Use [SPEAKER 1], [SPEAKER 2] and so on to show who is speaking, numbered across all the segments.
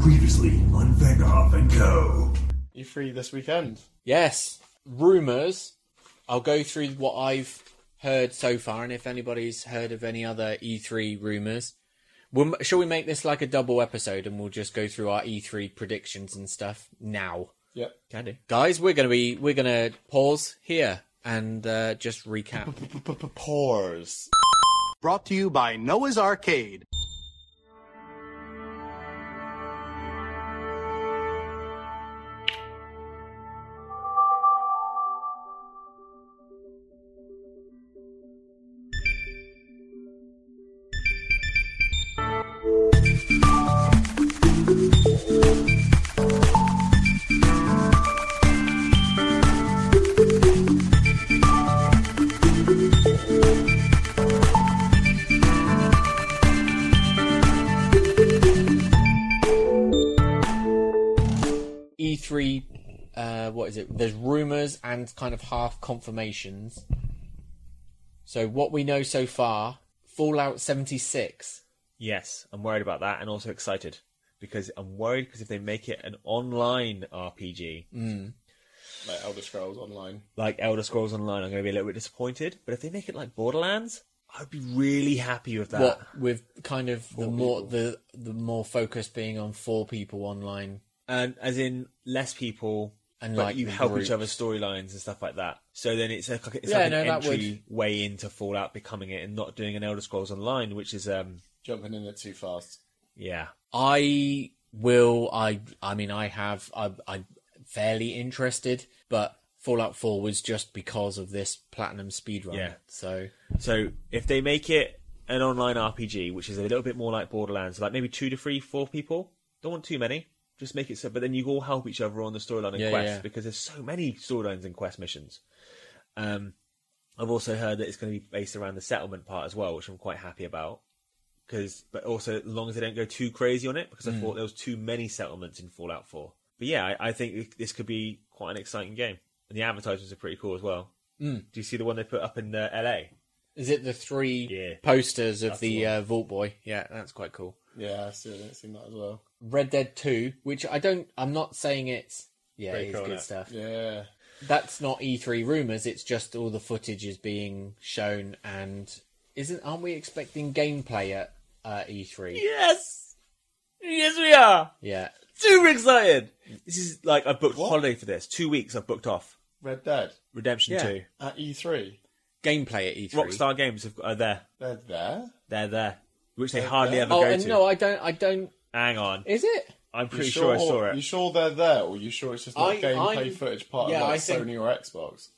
[SPEAKER 1] Previously on Vanderhoff and Co.
[SPEAKER 2] You free this weekend?
[SPEAKER 3] Yes. Rumours. I'll go through what I've heard so far, and if anybody's heard of any other E3 rumours. We'll, shall we make this like a double episode and we'll just go through our E3 predictions and stuff now?
[SPEAKER 2] Yep.
[SPEAKER 3] Can do. Guys, we're gonna be we're gonna pause here and uh, just recap.
[SPEAKER 2] Pause.
[SPEAKER 4] Brought to you by Noah's Arcade.
[SPEAKER 3] E3, E uh, what is it? There's rumors and kind of half confirmations. So what we know so far, Fallout 76.
[SPEAKER 5] Yes, I'm worried about that, and also excited because I'm worried because if they make it an online RPG
[SPEAKER 2] Like Elder Scrolls Online.
[SPEAKER 5] like Elder Scrolls Online, I'm going to be a little bit disappointed. But if they make it like Borderlands, I'd be really happy with that.
[SPEAKER 3] What with kind of the more the the more focus being on four people online.
[SPEAKER 5] And as in less people,
[SPEAKER 3] And,
[SPEAKER 5] but
[SPEAKER 3] like,
[SPEAKER 5] you help
[SPEAKER 3] groups.
[SPEAKER 5] each other's storylines and stuff like that. So then it's like it's
[SPEAKER 3] Yeah,
[SPEAKER 5] like
[SPEAKER 3] no,
[SPEAKER 5] an
[SPEAKER 3] that would-
[SPEAKER 5] entry way into Fallout becoming it and not doing an Elder Scrolls Online, which is um
[SPEAKER 2] Jumping in it too fast.
[SPEAKER 5] yeah
[SPEAKER 3] I will. I I mean, I have. I, I'm fairly interested, but Fallout 4 was just because of this platinum speedrun.
[SPEAKER 5] Yeah.
[SPEAKER 3] So
[SPEAKER 5] So if they make it an online RPG, which is a little bit more like Borderlands, like maybe two to three, four people, don't want too many. Just make it so, but then you all help each other on the storyline and
[SPEAKER 3] Yeah,
[SPEAKER 5] quests
[SPEAKER 3] yeah.
[SPEAKER 5] because there's so many storylines and quest missions. Um, I've also heard that it's going to be based around the settlement part as well, which I'm quite happy about. Because, but also as long as they don't go too crazy on it, because I
[SPEAKER 3] Mm.
[SPEAKER 5] thought there was too many settlements in Fallout 4. But yeah, I, I think this could be quite an exciting game, and the advertisements are pretty cool as well. Mm. Do you see the one they put up in uh, LA?
[SPEAKER 3] is it the three
[SPEAKER 5] Yeah.
[SPEAKER 3] posters of
[SPEAKER 5] the
[SPEAKER 3] the uh, Vault Boy? Yeah, that's quite cool.
[SPEAKER 2] Yeah, I see. I didn't see that as well.
[SPEAKER 3] Red Dead 2, which I don't. I'm not saying it's. Yeah,
[SPEAKER 5] Very
[SPEAKER 3] it's
[SPEAKER 5] cool,
[SPEAKER 3] good
[SPEAKER 5] isn't it?
[SPEAKER 3] stuff.
[SPEAKER 2] Yeah.
[SPEAKER 3] That's not E3 rumors. It's just all the footage is being shown, and isn't? Aren't we expecting gameplay at uh, E3?
[SPEAKER 5] Yes! Yes, we are!
[SPEAKER 3] Yeah.
[SPEAKER 5] Super excited! This is like, I booked
[SPEAKER 2] What?
[SPEAKER 5] holiday for this. Two weeks I've booked off.
[SPEAKER 2] Red Dead
[SPEAKER 5] Redemption
[SPEAKER 3] Yeah.
[SPEAKER 5] 2.
[SPEAKER 2] at E E3.
[SPEAKER 3] Gameplay at E E3.
[SPEAKER 5] Rockstar Games have, are there.
[SPEAKER 2] They're there.
[SPEAKER 5] They're there. Which they hardly
[SPEAKER 2] there?
[SPEAKER 5] ever
[SPEAKER 3] Oh,
[SPEAKER 5] go
[SPEAKER 3] and
[SPEAKER 5] to.
[SPEAKER 3] no, I don't. I don't.
[SPEAKER 5] Hang on.
[SPEAKER 3] Is it?
[SPEAKER 5] I'm
[SPEAKER 2] You
[SPEAKER 5] pretty sure, I saw
[SPEAKER 2] You
[SPEAKER 5] it.
[SPEAKER 2] sure they're there, or you sure it's just not
[SPEAKER 3] I-
[SPEAKER 2] gameplay
[SPEAKER 3] I'm-
[SPEAKER 2] footage part
[SPEAKER 3] yeah,
[SPEAKER 2] of like,
[SPEAKER 3] I think-
[SPEAKER 2] Sony or Xbox?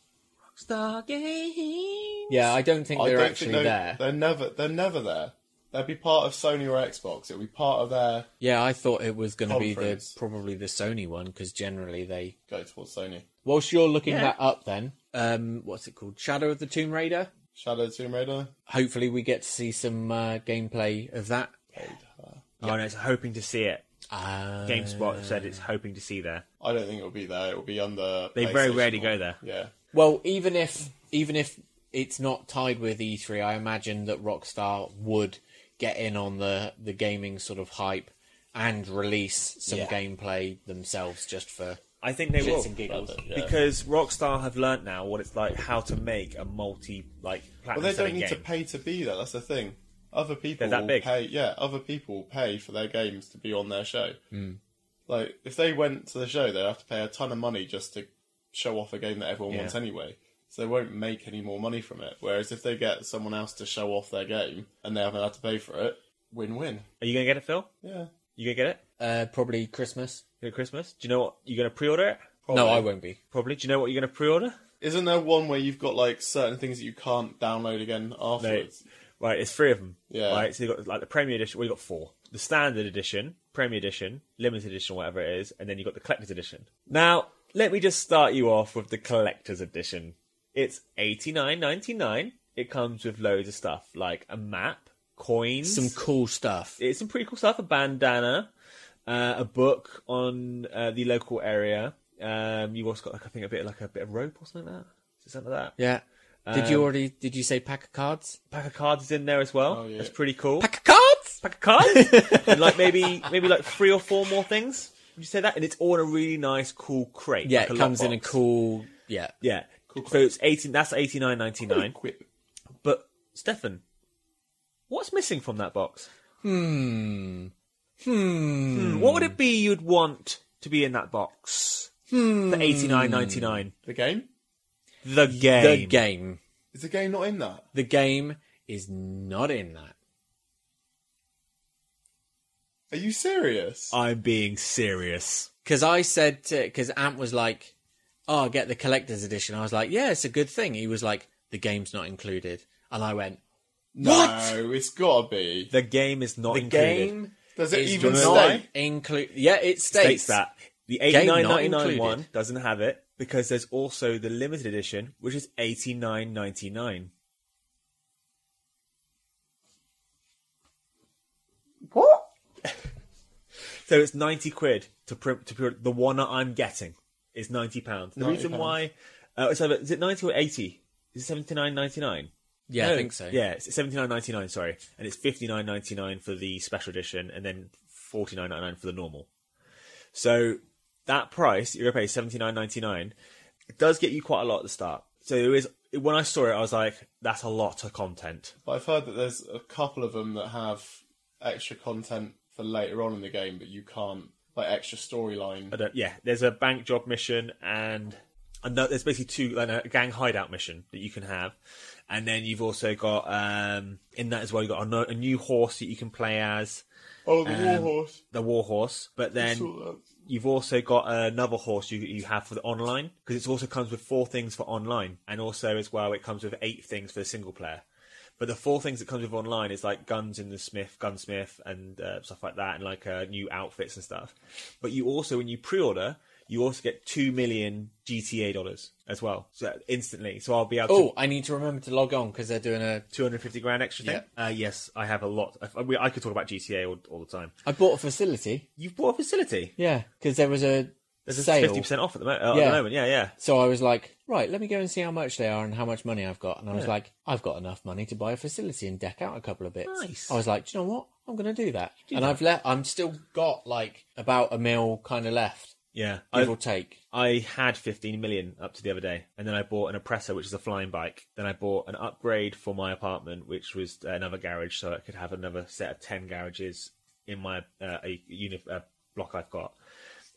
[SPEAKER 5] Rockstar Games.
[SPEAKER 3] Yeah, I don't think
[SPEAKER 2] I
[SPEAKER 3] they're
[SPEAKER 2] don't
[SPEAKER 3] actually
[SPEAKER 2] think they-
[SPEAKER 3] there.
[SPEAKER 2] They're never. They're never there. They'd be part of Sony or Xbox. It'll be part of their
[SPEAKER 3] Yeah, I thought it was going to be the
[SPEAKER 2] Conference.
[SPEAKER 3] probably the Sony one because generally they.
[SPEAKER 2] go towards Sony.
[SPEAKER 3] Whilst you're looking
[SPEAKER 5] Yeah.
[SPEAKER 3] that up, then um, what's it called? Shadow of the Tomb Raider.
[SPEAKER 2] Shadow of the Tomb Raider.
[SPEAKER 3] Hopefully, we get to see some uh, gameplay of that.
[SPEAKER 5] Oh, no, it's hoping to see it.
[SPEAKER 2] Ah.
[SPEAKER 3] Uh,
[SPEAKER 5] GameSpot said it's hoping to see there.
[SPEAKER 2] I don't think it'll be there. It'll be on the.
[SPEAKER 5] They very
[SPEAKER 2] PlayStation
[SPEAKER 5] rarely
[SPEAKER 2] or-
[SPEAKER 5] go there.
[SPEAKER 2] Yeah.
[SPEAKER 3] Well, even if even if it's not tied with E3, I imagine that Rockstar would get in on the the gaming sort of hype and release some
[SPEAKER 5] Yeah.
[SPEAKER 3] gameplay themselves just for
[SPEAKER 5] I think they will.
[SPEAKER 3] shits and giggles.
[SPEAKER 5] Because Rockstar have learnt now what it's like how to make a multi like
[SPEAKER 2] Well,
[SPEAKER 5] platinum
[SPEAKER 2] they don't
[SPEAKER 5] selling
[SPEAKER 2] need to
[SPEAKER 5] game.
[SPEAKER 2] pay to be there. That's the thing. Other people
[SPEAKER 5] They're that
[SPEAKER 2] will
[SPEAKER 5] big.
[SPEAKER 2] pay. Yeah, other people will pay for their games to be on their show.
[SPEAKER 5] Hmm.
[SPEAKER 2] Like if they went to the show, they'd have to pay a ton of money just to show off a game that everyone
[SPEAKER 5] Yeah.
[SPEAKER 2] wants anyway. So they won't make any more money from it. Whereas if they get someone else to show off their game and they haven't had to pay for it, win-win.
[SPEAKER 5] Are you gonna get it, Phil?
[SPEAKER 2] Yeah.
[SPEAKER 5] You gonna get it?
[SPEAKER 3] uh, probably Christmas.
[SPEAKER 5] At Christmas? Do you know what you're gonna pre-order it?
[SPEAKER 3] No, I won't be.
[SPEAKER 5] Probably. Do you know what you're going to pre-order?
[SPEAKER 2] Isn't there one where you've got like certain things that you can't download again afterwards?
[SPEAKER 5] Right, it's three of them.
[SPEAKER 2] Yeah.
[SPEAKER 5] Right, so you got like the premium edition. Well, you got four: the standard edition, premium edition, limited edition, whatever it is, and then you got the collector's edition. Now, let me just start you off with the collector's edition. It's eighty nine ninety nine. It comes with loads of stuff like a map, coins,
[SPEAKER 3] Some cool stuff.
[SPEAKER 5] it's some pretty cool stuff. A bandana, uh, a book on uh, the local area. Um, you've also got like I think a bit like a bit of rope or something like that. Is it Something like that.
[SPEAKER 3] Yeah.
[SPEAKER 5] Um,
[SPEAKER 3] Did you already? Did you say pack of cards?
[SPEAKER 5] pack of cards is in there as well.
[SPEAKER 2] Oh, yeah.
[SPEAKER 5] That's pretty cool.
[SPEAKER 3] of cards.
[SPEAKER 5] pack of cards, and like maybe maybe like three or four more things. Would you say that? And it's all in a really nice, cool crate.
[SPEAKER 3] Yeah,
[SPEAKER 5] like a
[SPEAKER 3] it comes in a
[SPEAKER 5] lockbox.
[SPEAKER 3] cool. Yeah.
[SPEAKER 5] Yeah, so it's eighteen. That's eighty nine ninety nine. But Stefan, what's missing from that box? Hmm. Hmm. What would it be you'd want to be in that box? Hmm. For eighty nine ninety nine,
[SPEAKER 2] The game?
[SPEAKER 5] the game.
[SPEAKER 3] The game.
[SPEAKER 2] Is the game not in that?
[SPEAKER 3] The game is not in that.
[SPEAKER 2] Are you serious?
[SPEAKER 5] I'm being serious.
[SPEAKER 3] Because I said, because Ant was like, "Oh, get the collector's edition." I was like, "Yeah, it's a good thing." He was like, "The game's not included," and I went,
[SPEAKER 2] no,
[SPEAKER 3] what?
[SPEAKER 2] it's gotta be.
[SPEAKER 5] The game is not
[SPEAKER 3] "The
[SPEAKER 5] included.
[SPEAKER 3] game
[SPEAKER 2] Does it
[SPEAKER 3] is
[SPEAKER 2] even
[SPEAKER 3] not
[SPEAKER 2] say?
[SPEAKER 3] include." Yeah, it states,
[SPEAKER 5] states that the
[SPEAKER 3] Game not
[SPEAKER 5] 89.99 one
[SPEAKER 3] included.
[SPEAKER 5] doesn't have it because there's also the limited edition, which is 89.99.
[SPEAKER 2] What?
[SPEAKER 5] So it's 90 quid to print to print the one that I'm getting is 90 pounds. The
[SPEAKER 2] 90
[SPEAKER 5] reason
[SPEAKER 2] pounds.
[SPEAKER 5] why uh, so is it 90 or 80? Is it 79.99?
[SPEAKER 3] Yeah,
[SPEAKER 5] No,
[SPEAKER 3] I think so.
[SPEAKER 5] Yeah, it's 79.99, sorry. And it's 59.99 for the special edition and then 49.99 for the normal. So that price you're going to pay 79.99 it does get you quite a lot at the start. So it was when I saw it I was like that's a lot of content.
[SPEAKER 2] But I've heard that there's a couple of them that have extra content for later on in the game, but you can't like extra storyline.
[SPEAKER 5] I don't, yeah, there's a bank job mission and another, there's basically two like a gang hideout mission that you can have, and then you've also got um, in that as well. You have got a, no- a new horse that you can play as
[SPEAKER 2] Oh, the
[SPEAKER 5] Um,
[SPEAKER 2] warhorse.
[SPEAKER 5] the war horse, but
[SPEAKER 2] Um,
[SPEAKER 5] then
[SPEAKER 2] Sort of.
[SPEAKER 5] you've also got another horse you you have for the online because it also comes with four things for online, and also as well it comes with eight things for the single player. But the four things that comes with online is like guns and the smith, gunsmith, and uh, stuff like that, and like uh, new outfits and stuff. But you also, when you pre-order, you also get two million GTA dollars as well, so instantly. So I'll be able
[SPEAKER 3] Oh, I need to remember to log on because they're doing a.
[SPEAKER 5] to two hundred fifty grand extra thing. Uh, yes, I have a lot. I, we- I could talk about GTA all, all the time.
[SPEAKER 3] I bought a facility.
[SPEAKER 5] You've bought a facility.
[SPEAKER 3] Yeah, because there was a
[SPEAKER 5] There's a
[SPEAKER 3] sale.
[SPEAKER 5] fifty percent off at the, mo- uh, at
[SPEAKER 3] Yeah.
[SPEAKER 5] the moment. Yeah, yeah.
[SPEAKER 3] So I was like, right, let me go and see how much they are and how much money I've got. And I was like, I've got enough money to buy a facility and deck out a couple of bits.
[SPEAKER 5] Nice.
[SPEAKER 3] I was like, do you know what? I'm going to do that. and I've left. I'm still got like about a mil kind of left,
[SPEAKER 5] Yeah,
[SPEAKER 3] give
[SPEAKER 5] I,
[SPEAKER 3] or take.
[SPEAKER 5] I had 15 million up to the other day, and then I bought an oppressor, which is a flying bike. Then I bought an upgrade for my apartment, which was another garage, so I could have another set of 10 garages in my uh, a unit uh, block I've got.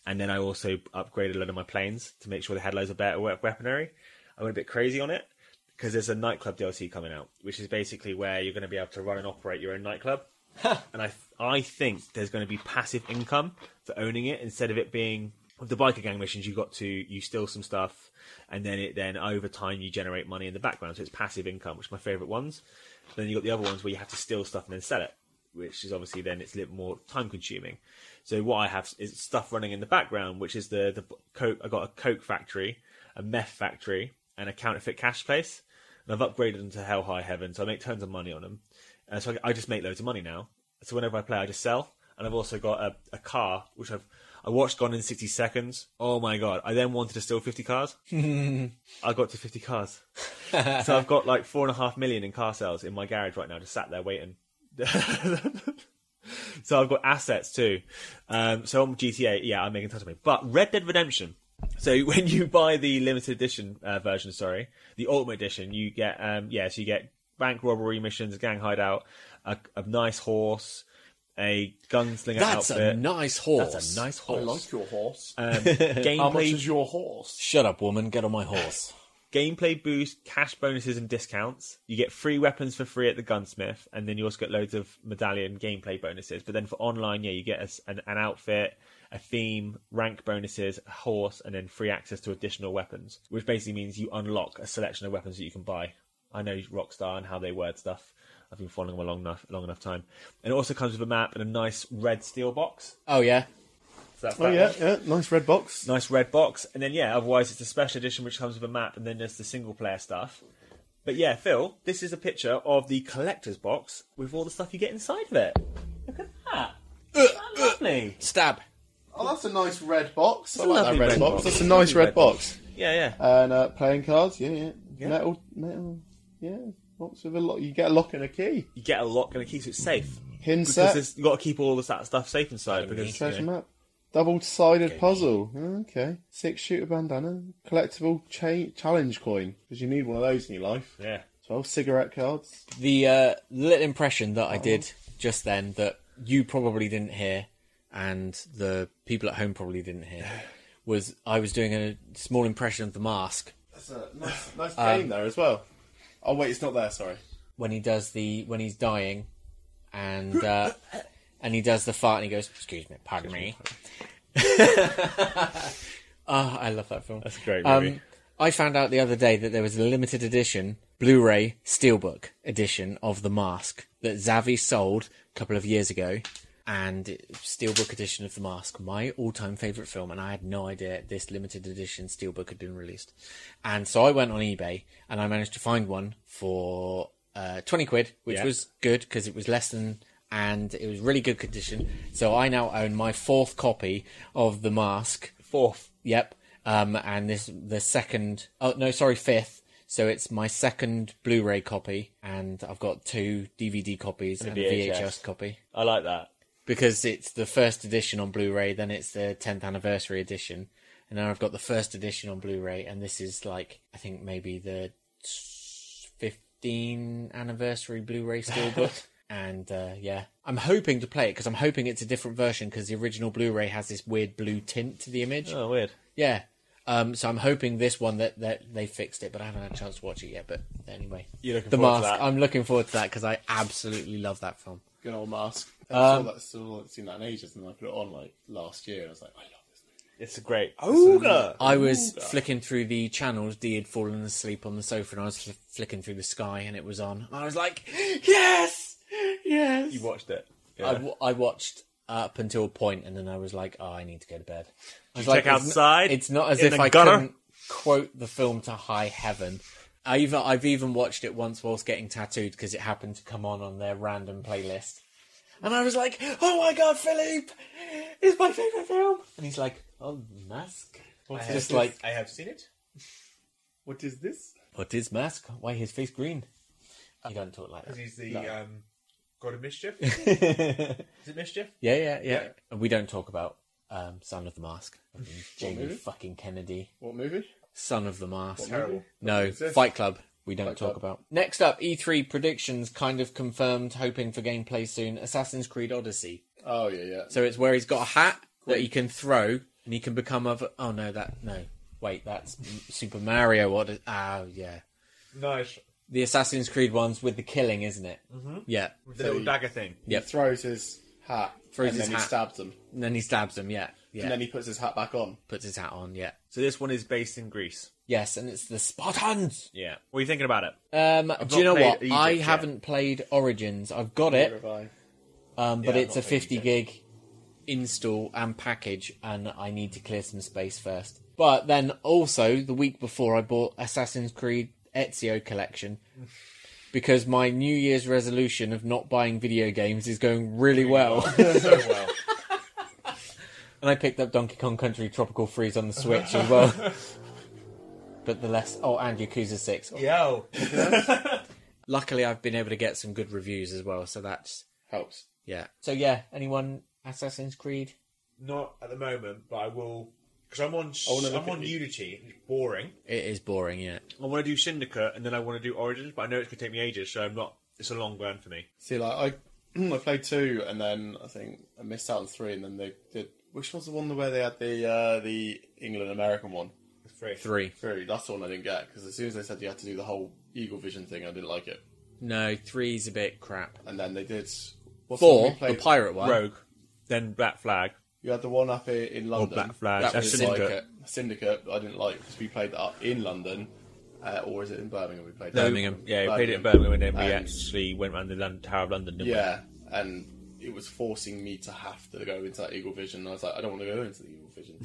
[SPEAKER 5] And then I also upgraded a lot of my planes to make sure they had loads of better we- weaponry. I went a bit crazy on it because there's a nightclub DLC coming out, which is basically where you're going to be able to run and operate your own nightclub. and I I think there's going to be passive income for owning it instead of it being with the biker gang missions. You got to you steal some stuff, and then it then over time you generate money in the background. So it's passive income, which is my favourite ones. Then you got the other ones where you have to steal stuff and then sell it, which is obviously then it's a little more time consuming. So what I have is stuff running in the background, which is the the coke. I got a coke factory, a meth factory, and a counterfeit cash place. And I've upgraded them to hell high heaven, so I make tons of money on them. Uh, so I, I just make loads of money now. So whenever I play, I just sell. And I've also got a, a car, which I've I watched Gone in 60 Seconds. Oh my god! I then wanted to steal 50 cars. I got to 50 cars. so I've got like four and a half million in car sales in my garage right now, just sat there waiting. so I've got assets too. Um, so on GTA, yeah, I'm making tons of money. But Red Dead Redemption. So when you buy the limited edition uh, version, sorry, the ultimate edition, you get um, yeah, so you get bank robbery missions, gang hideout, a, a nice horse, a gunslinger
[SPEAKER 3] That's a
[SPEAKER 5] outfit.
[SPEAKER 3] nice horse. Oh,
[SPEAKER 5] That's a nice
[SPEAKER 2] I
[SPEAKER 5] horse.
[SPEAKER 2] like your horse.
[SPEAKER 5] Um,
[SPEAKER 2] How much
[SPEAKER 5] gameplay
[SPEAKER 2] is your horse?
[SPEAKER 3] Shut up, woman. Get on my horse.
[SPEAKER 5] gameplay boost, cash bonuses, and discounts. You get free weapons for free at the gunsmith, and then you also get loads of medallion gameplay bonuses. But then for online, yeah, you get a s an, an outfit, a theme, rank bonuses, a horse, and then free access to additional weapons, which basically means you unlock a selection of weapons that you can buy. I know Rockstar and how they word stuff. I've been following them a long enough, long enough time. And it also comes with a map and a nice red steel box.
[SPEAKER 3] Oh yeah.
[SPEAKER 5] So that's
[SPEAKER 2] Oh
[SPEAKER 5] that
[SPEAKER 2] yeah, yeah, nice red box.
[SPEAKER 5] nice red box, and then yeah, otherwise it's a special edition which comes with a map, and then there's the single player stuff. But yeah, Phil, this is a picture of the collector's box with all the stuff you get inside of it. Look at that. Isn't that lovely.
[SPEAKER 3] Stab.
[SPEAKER 2] Oh, that's a nice red box. I
[SPEAKER 5] a
[SPEAKER 2] like that
[SPEAKER 5] lovely
[SPEAKER 2] red,
[SPEAKER 5] red
[SPEAKER 2] box.
[SPEAKER 5] box.
[SPEAKER 2] That's a nice red,
[SPEAKER 5] Red
[SPEAKER 2] box.
[SPEAKER 5] Yeah, yeah.
[SPEAKER 2] And uh, playing cards, yeah, yeah, metal, metal, yeah. What's with a lock? You get a lock and a key.
[SPEAKER 5] You get a lock and a key, so it's safe.
[SPEAKER 2] Hint
[SPEAKER 5] Because
[SPEAKER 2] set.
[SPEAKER 5] it's- you got to keep all of that stuff safe inside. Because you
[SPEAKER 2] Treasure
[SPEAKER 5] know,
[SPEAKER 2] map. Double-sided puzzle. Oh, Okay. Six shooter bandana. Collectible cha- challenge coin because you need one of those in your life.
[SPEAKER 5] yeah,
[SPEAKER 2] Twelve cigarette cards.
[SPEAKER 3] the uh, little impression that I did just then that you probably didn't hear, and the people at home probably didn't hear, was I was doing a small impression of the mask
[SPEAKER 2] That's a nice, nice
[SPEAKER 3] Um,
[SPEAKER 2] game there as well. Oh wait, it's not there. Sorry.
[SPEAKER 3] when he does the when he's dying, and uh, and he does the fart and he goes, "Excuse me, pardon me." Ah, I love that film.
[SPEAKER 5] that's a great movie.
[SPEAKER 3] Um, I found out the other day that there was a limited edition Blu-ray Steelbook edition of The Mask that Zavi sold a couple of years ago, and it- Steelbook edition of The Mask, my all-time favorite film, and I had no idea this limited edition Steelbook had been released, and so I went on eBay and I managed to find one for uh, twenty quid, which
[SPEAKER 5] Yeah.
[SPEAKER 3] was good because it was less than. And it was really good condition, so I now own my fourth copy of The Mask.
[SPEAKER 5] Fourth,
[SPEAKER 3] Yep. Um, and this the second. Oh no, sorry, fifth. So it's my second Blu-ray copy, and I've got two DVD copies and, a VHS.
[SPEAKER 5] VHS.
[SPEAKER 3] copy
[SPEAKER 5] I like that.
[SPEAKER 3] because it's the first edition on Blu-ray, then it's the 10th anniversary edition, and now I've got the first edition on Blu-ray, and this is like I think maybe the 15 anniversary Blu-ray steelbook. And uh, yeah, I'm hoping to play it because I'm hoping it's a different version because the original Blu-ray has this weird blue tint to the image.
[SPEAKER 5] Oh, weird.
[SPEAKER 3] Yeah. Um, so I'm hoping this one that, that they fixed it, but I haven't had a chance to watch it yet. But anyway,
[SPEAKER 5] You're looking
[SPEAKER 3] the
[SPEAKER 5] forward
[SPEAKER 3] mask.
[SPEAKER 5] to that.
[SPEAKER 3] I'm looking forward to that because I absolutely love that film.
[SPEAKER 2] Good old mask. I
[SPEAKER 3] Um,
[SPEAKER 2] saw that, still seen that in ages, and I put it on like last year. And I was like, I love this movie.
[SPEAKER 5] It's a great. Ooga!
[SPEAKER 3] I was flicking through the channels. Dee had fallen asleep on the sofa, and I was fl- flicking through the sky, and it was on. I was like, yes, yes.
[SPEAKER 5] You watched it. Yeah.
[SPEAKER 3] I, w- I watched up until a point, and then I was like, oh, I need to go to bed. I was
[SPEAKER 5] you check
[SPEAKER 3] it's n-
[SPEAKER 5] outside?
[SPEAKER 3] It's not as
[SPEAKER 5] In
[SPEAKER 3] if
[SPEAKER 5] the
[SPEAKER 3] I
[SPEAKER 5] gutter?
[SPEAKER 3] couldn't quote the film to high heaven. I even, I've even watched it once whilst getting tattooed because it happened to come on on their random playlist. And I was like, oh my god, Philippe! It's my favourite film! And he's like, oh, Mask?
[SPEAKER 5] I have-
[SPEAKER 3] just like,
[SPEAKER 5] I have seen it.
[SPEAKER 2] What is this?
[SPEAKER 3] what is Mask? Why his face green?
[SPEAKER 5] Uh,
[SPEAKER 3] You don't talk like that.
[SPEAKER 5] He's the um, god of mischief. Is it mischief?
[SPEAKER 3] Yeah, yeah, yeah. And we don't talk about um, Son of the Mask. Jamie
[SPEAKER 2] movie?
[SPEAKER 3] fucking Kennedy.
[SPEAKER 2] What movie?
[SPEAKER 3] Son of the Mask.
[SPEAKER 5] Terrible.
[SPEAKER 3] No,
[SPEAKER 2] exist.
[SPEAKER 3] Fight Club. We don't talk
[SPEAKER 2] Club.
[SPEAKER 3] about. Next up, E3 predictions kind of confirmed, hoping for gameplay soon. Assassin's Creed Odyssey.
[SPEAKER 2] Oh yeah, yeah.
[SPEAKER 3] So it's where he's got a hat that he can throw and he can become of. Oh no, that no. Wait, that's M- Super Mario. What? Oh yeah,
[SPEAKER 5] Nice.
[SPEAKER 3] the Assassin's Creed ones with the killing, isn't it? Mm-hmm. Yeah,
[SPEAKER 5] The little dagger thing.
[SPEAKER 3] Yep.
[SPEAKER 2] He throws his hat,
[SPEAKER 3] Throws
[SPEAKER 2] and
[SPEAKER 3] his
[SPEAKER 2] then
[SPEAKER 3] hat.
[SPEAKER 2] he stabs him,
[SPEAKER 3] and then he stabs him. Yeah, yeah.
[SPEAKER 2] and then he puts his hat back on.
[SPEAKER 3] puts his hat on. Yeah.
[SPEAKER 5] So this one is based in Greece.
[SPEAKER 3] Yes, and it's the Spartans.
[SPEAKER 5] Yeah. What are you thinking about it?
[SPEAKER 3] Um, do you know
[SPEAKER 5] not played
[SPEAKER 3] what?
[SPEAKER 5] Egypt
[SPEAKER 3] I
[SPEAKER 5] yet.
[SPEAKER 3] haven't played Origins. I've got it,
[SPEAKER 2] Terrifying.
[SPEAKER 3] um, but
[SPEAKER 5] Yeah,
[SPEAKER 3] it's a
[SPEAKER 5] I've not played
[SPEAKER 3] 50 gig install and package, and I need to clear some space first. But then also, the week before, I bought Assassin's Creed Ezio Collection because my New Year's resolution of not buying video games is going really well.
[SPEAKER 5] so well.
[SPEAKER 3] and I picked up Donkey Kong Country Tropical Freeze on the Switch as well. But the less. Oh, and Yakuza 6.
[SPEAKER 5] Yo.
[SPEAKER 3] Luckily, I've been able to get some good reviews as well, so that's.
[SPEAKER 2] Helps.
[SPEAKER 3] Yeah. So yeah, anyone Assassin's Creed?
[SPEAKER 5] Not at the moment, but I will. Because I'm on.
[SPEAKER 2] wanna
[SPEAKER 5] I'm
[SPEAKER 2] look
[SPEAKER 5] on
[SPEAKER 2] at you.
[SPEAKER 5] Unity. It's boring.
[SPEAKER 3] It is boring, yeah.
[SPEAKER 5] I want to do Syndicate, and then I want to do Origins, but I know it's going to take me ages, so I'm not. It's a long burn for me.
[SPEAKER 2] See, like I, I played two, and then I think I missed out on three, and then they did. Which was the one where they had the uh, the England American one?
[SPEAKER 5] It's free.
[SPEAKER 3] Three.
[SPEAKER 2] Three. That's the one I didn't get because as soon as they said you had to do the whole Eagle Vision thing, I didn't like it.
[SPEAKER 3] No, three's a bit crap.
[SPEAKER 2] And then they did what's the one
[SPEAKER 3] Four,
[SPEAKER 2] we
[SPEAKER 3] the
[SPEAKER 2] played-
[SPEAKER 3] pirate one.
[SPEAKER 5] Rogue, then Black Flag.
[SPEAKER 2] You had the one up here
[SPEAKER 3] Oh,
[SPEAKER 2] in London.
[SPEAKER 5] Black Flag.
[SPEAKER 3] That
[SPEAKER 2] I
[SPEAKER 3] was
[SPEAKER 2] didn't
[SPEAKER 3] Syndicate.
[SPEAKER 2] Like it. Syndicate. I didn't like because we played that up in London, uh, or is it in Birmingham? We played that?
[SPEAKER 3] Birmingham.
[SPEAKER 5] Yeah, we played it in Birmingham,
[SPEAKER 2] Birmingham.
[SPEAKER 5] and then we
[SPEAKER 2] Um,
[SPEAKER 5] actually went around the Lon- Tower of London. Didn't
[SPEAKER 2] Yeah, and it was forcing me to have to go into that Eagle Vision. And I was like, I don't want to go into the Eagle Vision.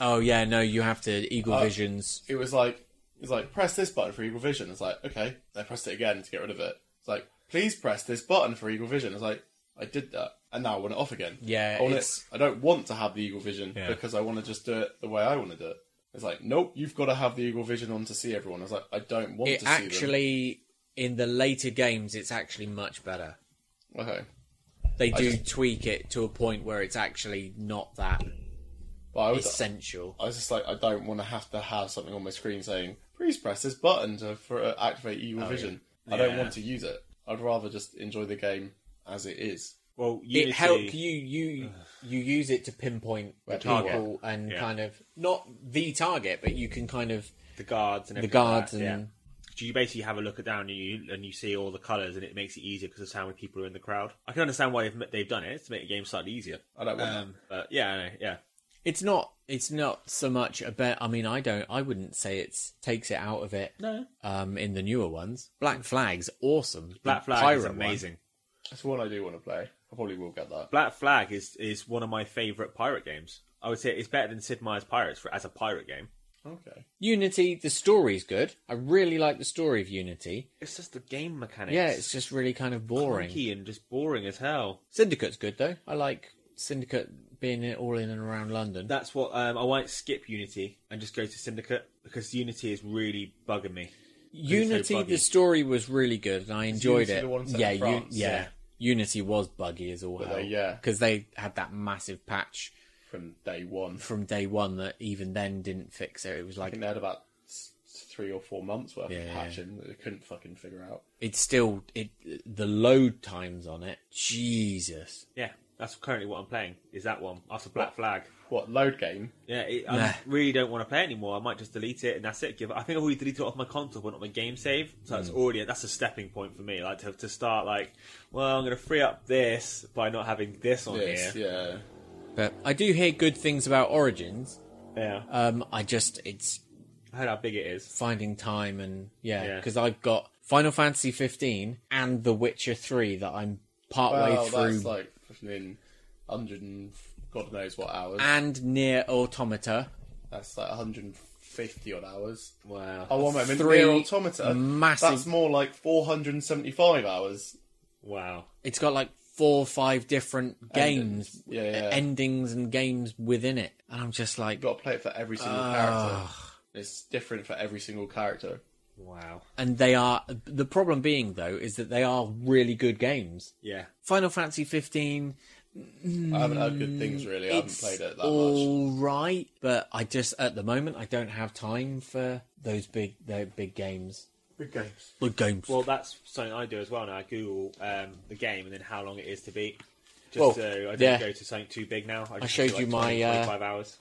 [SPEAKER 3] Oh yeah, no, you have to Eagle
[SPEAKER 2] Uh,
[SPEAKER 3] Visions.
[SPEAKER 2] it was like, it was like, press this button for Eagle Vision. It's like, okay. I pressed it again to get rid of it. It's like, please press this button for Eagle Vision. It's like, I did that, and now I want it off again.
[SPEAKER 3] Yeah,
[SPEAKER 2] I, want it,
[SPEAKER 3] it's-
[SPEAKER 2] I don't want to have the Eagle Vision
[SPEAKER 5] Yeah.
[SPEAKER 2] because I want to just do it the way I want to do it. It's like, nope, you've got to have the Eagle Vision on to see everyone. I was like, I don't want
[SPEAKER 3] It
[SPEAKER 2] to see them.
[SPEAKER 3] actually in the later games, it's actually much better.
[SPEAKER 2] Okay.
[SPEAKER 3] They do
[SPEAKER 2] just-
[SPEAKER 3] tweak it to a point where it's actually not that
[SPEAKER 2] But I was,
[SPEAKER 3] essential.
[SPEAKER 2] I was just like, I don't want to have to have something on my screen saying, please press this button to for, uh, activate
[SPEAKER 3] Oh,
[SPEAKER 2] Eagle Vision. I don't
[SPEAKER 5] Yeah.
[SPEAKER 2] want to use it. I'd rather just enjoy the game as it is.
[SPEAKER 5] Well, Unity,
[SPEAKER 3] It help you you you use it to pinpoint where
[SPEAKER 5] target.
[SPEAKER 3] people and
[SPEAKER 5] Yeah.
[SPEAKER 3] kind of not the target, but you can kind of
[SPEAKER 5] the guards and
[SPEAKER 3] the
[SPEAKER 5] everything
[SPEAKER 3] guards
[SPEAKER 5] like that,
[SPEAKER 3] and-
[SPEAKER 5] yeah. So you basically have a look at down and you and you see all the colours and it makes it easier because of how many people are in the crowd. I can understand why they've they've done it it's to make the game slightly easier.
[SPEAKER 2] I don't want
[SPEAKER 5] Um, but yeah, I know, yeah.
[SPEAKER 3] it's not it's not so much a bet. I mean, I don't I wouldn't say it's takes it out of it.
[SPEAKER 5] No.
[SPEAKER 3] Um, in the newer ones, Black Flag's awesome.
[SPEAKER 5] Black
[SPEAKER 3] The
[SPEAKER 5] Flag is
[SPEAKER 3] pirate one.
[SPEAKER 5] amazing.
[SPEAKER 2] that. That's one I do want to play. I probably will get that.
[SPEAKER 5] Black Flag is is one of my favourite pirate games. I would say it's better than Sid Meier's Pirates for, as a pirate game.
[SPEAKER 2] Okay.
[SPEAKER 3] Unity, the story's good. I really like the story of Unity.
[SPEAKER 5] It's just the game mechanics.
[SPEAKER 3] yeah, it's just really kind of boring.
[SPEAKER 5] clunky and just boring as hell.
[SPEAKER 3] Syndicate's good though. I like Syndicate being in- all in and around London.
[SPEAKER 5] That's what um, I might skip Unity and just go to Syndicate because Unity is really bugging me.
[SPEAKER 3] Unity,
[SPEAKER 5] buggy.
[SPEAKER 3] the story was really good, and I enjoyed
[SPEAKER 2] Unity
[SPEAKER 3] it.
[SPEAKER 2] the one set in
[SPEAKER 3] yeah, Uni-
[SPEAKER 2] France?
[SPEAKER 3] yeah,
[SPEAKER 5] Yeah.
[SPEAKER 3] Unity was buggy as all hell.
[SPEAKER 2] they- yeah.
[SPEAKER 3] because they had that massive patch
[SPEAKER 2] From day one.
[SPEAKER 3] from day one that even then didn't fix it. It was
[SPEAKER 2] I
[SPEAKER 3] like
[SPEAKER 2] think they had about s- three or four months worth
[SPEAKER 3] Yeah.
[SPEAKER 2] of patching that they couldn't fucking figure out.
[SPEAKER 3] it's still it the load times on it. Jesus,
[SPEAKER 5] Yeah, that's currently what I'm playing. Is that one after Black Flag?
[SPEAKER 2] What, load game?
[SPEAKER 5] Yeah, it, I
[SPEAKER 3] Nah.
[SPEAKER 5] really don't want to play it anymore. I might just delete it and that's it. Give. I think I've already deleted it off my console, but not my game save. So
[SPEAKER 3] Mm.
[SPEAKER 5] that's already that's a stepping point for me. Like to, to start like, well, I'm going to free up this by not having this on
[SPEAKER 2] Yes,
[SPEAKER 5] here.
[SPEAKER 2] yeah.
[SPEAKER 3] but I do hear good things about Origins.
[SPEAKER 5] Yeah,
[SPEAKER 3] Um, I just it's
[SPEAKER 5] I heard how big it is.
[SPEAKER 3] finding time and yeah
[SPEAKER 5] Yeah.
[SPEAKER 3] because I've got Final Fantasy 15 and The Witcher 3 that I'm partway
[SPEAKER 2] Well,
[SPEAKER 3] through
[SPEAKER 2] that's like fucking 100 and God knows what hours.
[SPEAKER 3] and near Automata.
[SPEAKER 2] That's like 150 odd hours.
[SPEAKER 5] Wow.
[SPEAKER 2] Oh, one moment.
[SPEAKER 3] Three
[SPEAKER 2] Near Automata.
[SPEAKER 3] massive-
[SPEAKER 2] That's more like 475 hours.
[SPEAKER 5] Wow.
[SPEAKER 3] It's got like four or five different games
[SPEAKER 2] Yeah, yeah.
[SPEAKER 3] endings and games within it and I'm just like
[SPEAKER 2] You've got to play it for every single
[SPEAKER 3] Ah.
[SPEAKER 2] character. It's different for every single character.
[SPEAKER 5] Wow.
[SPEAKER 3] and they are the problem being though is that they are really good games.
[SPEAKER 5] Yeah.
[SPEAKER 3] Final Fantasy 15
[SPEAKER 2] I haven't heard good things really. I haven't
[SPEAKER 3] it's
[SPEAKER 2] played it that much.
[SPEAKER 3] all right, but I just at the moment I don't have time for those big those big games.
[SPEAKER 2] Big games.
[SPEAKER 3] Big games.
[SPEAKER 5] Well, that's something I do as well now. I Google um, the game and then how long it is to beat. Just
[SPEAKER 3] Well,
[SPEAKER 5] so I don't
[SPEAKER 3] yeah.
[SPEAKER 5] go to something too big now. I, just
[SPEAKER 3] showed
[SPEAKER 5] do, like,
[SPEAKER 3] you my,
[SPEAKER 5] 20,
[SPEAKER 3] uh,
[SPEAKER 5] 25 hours.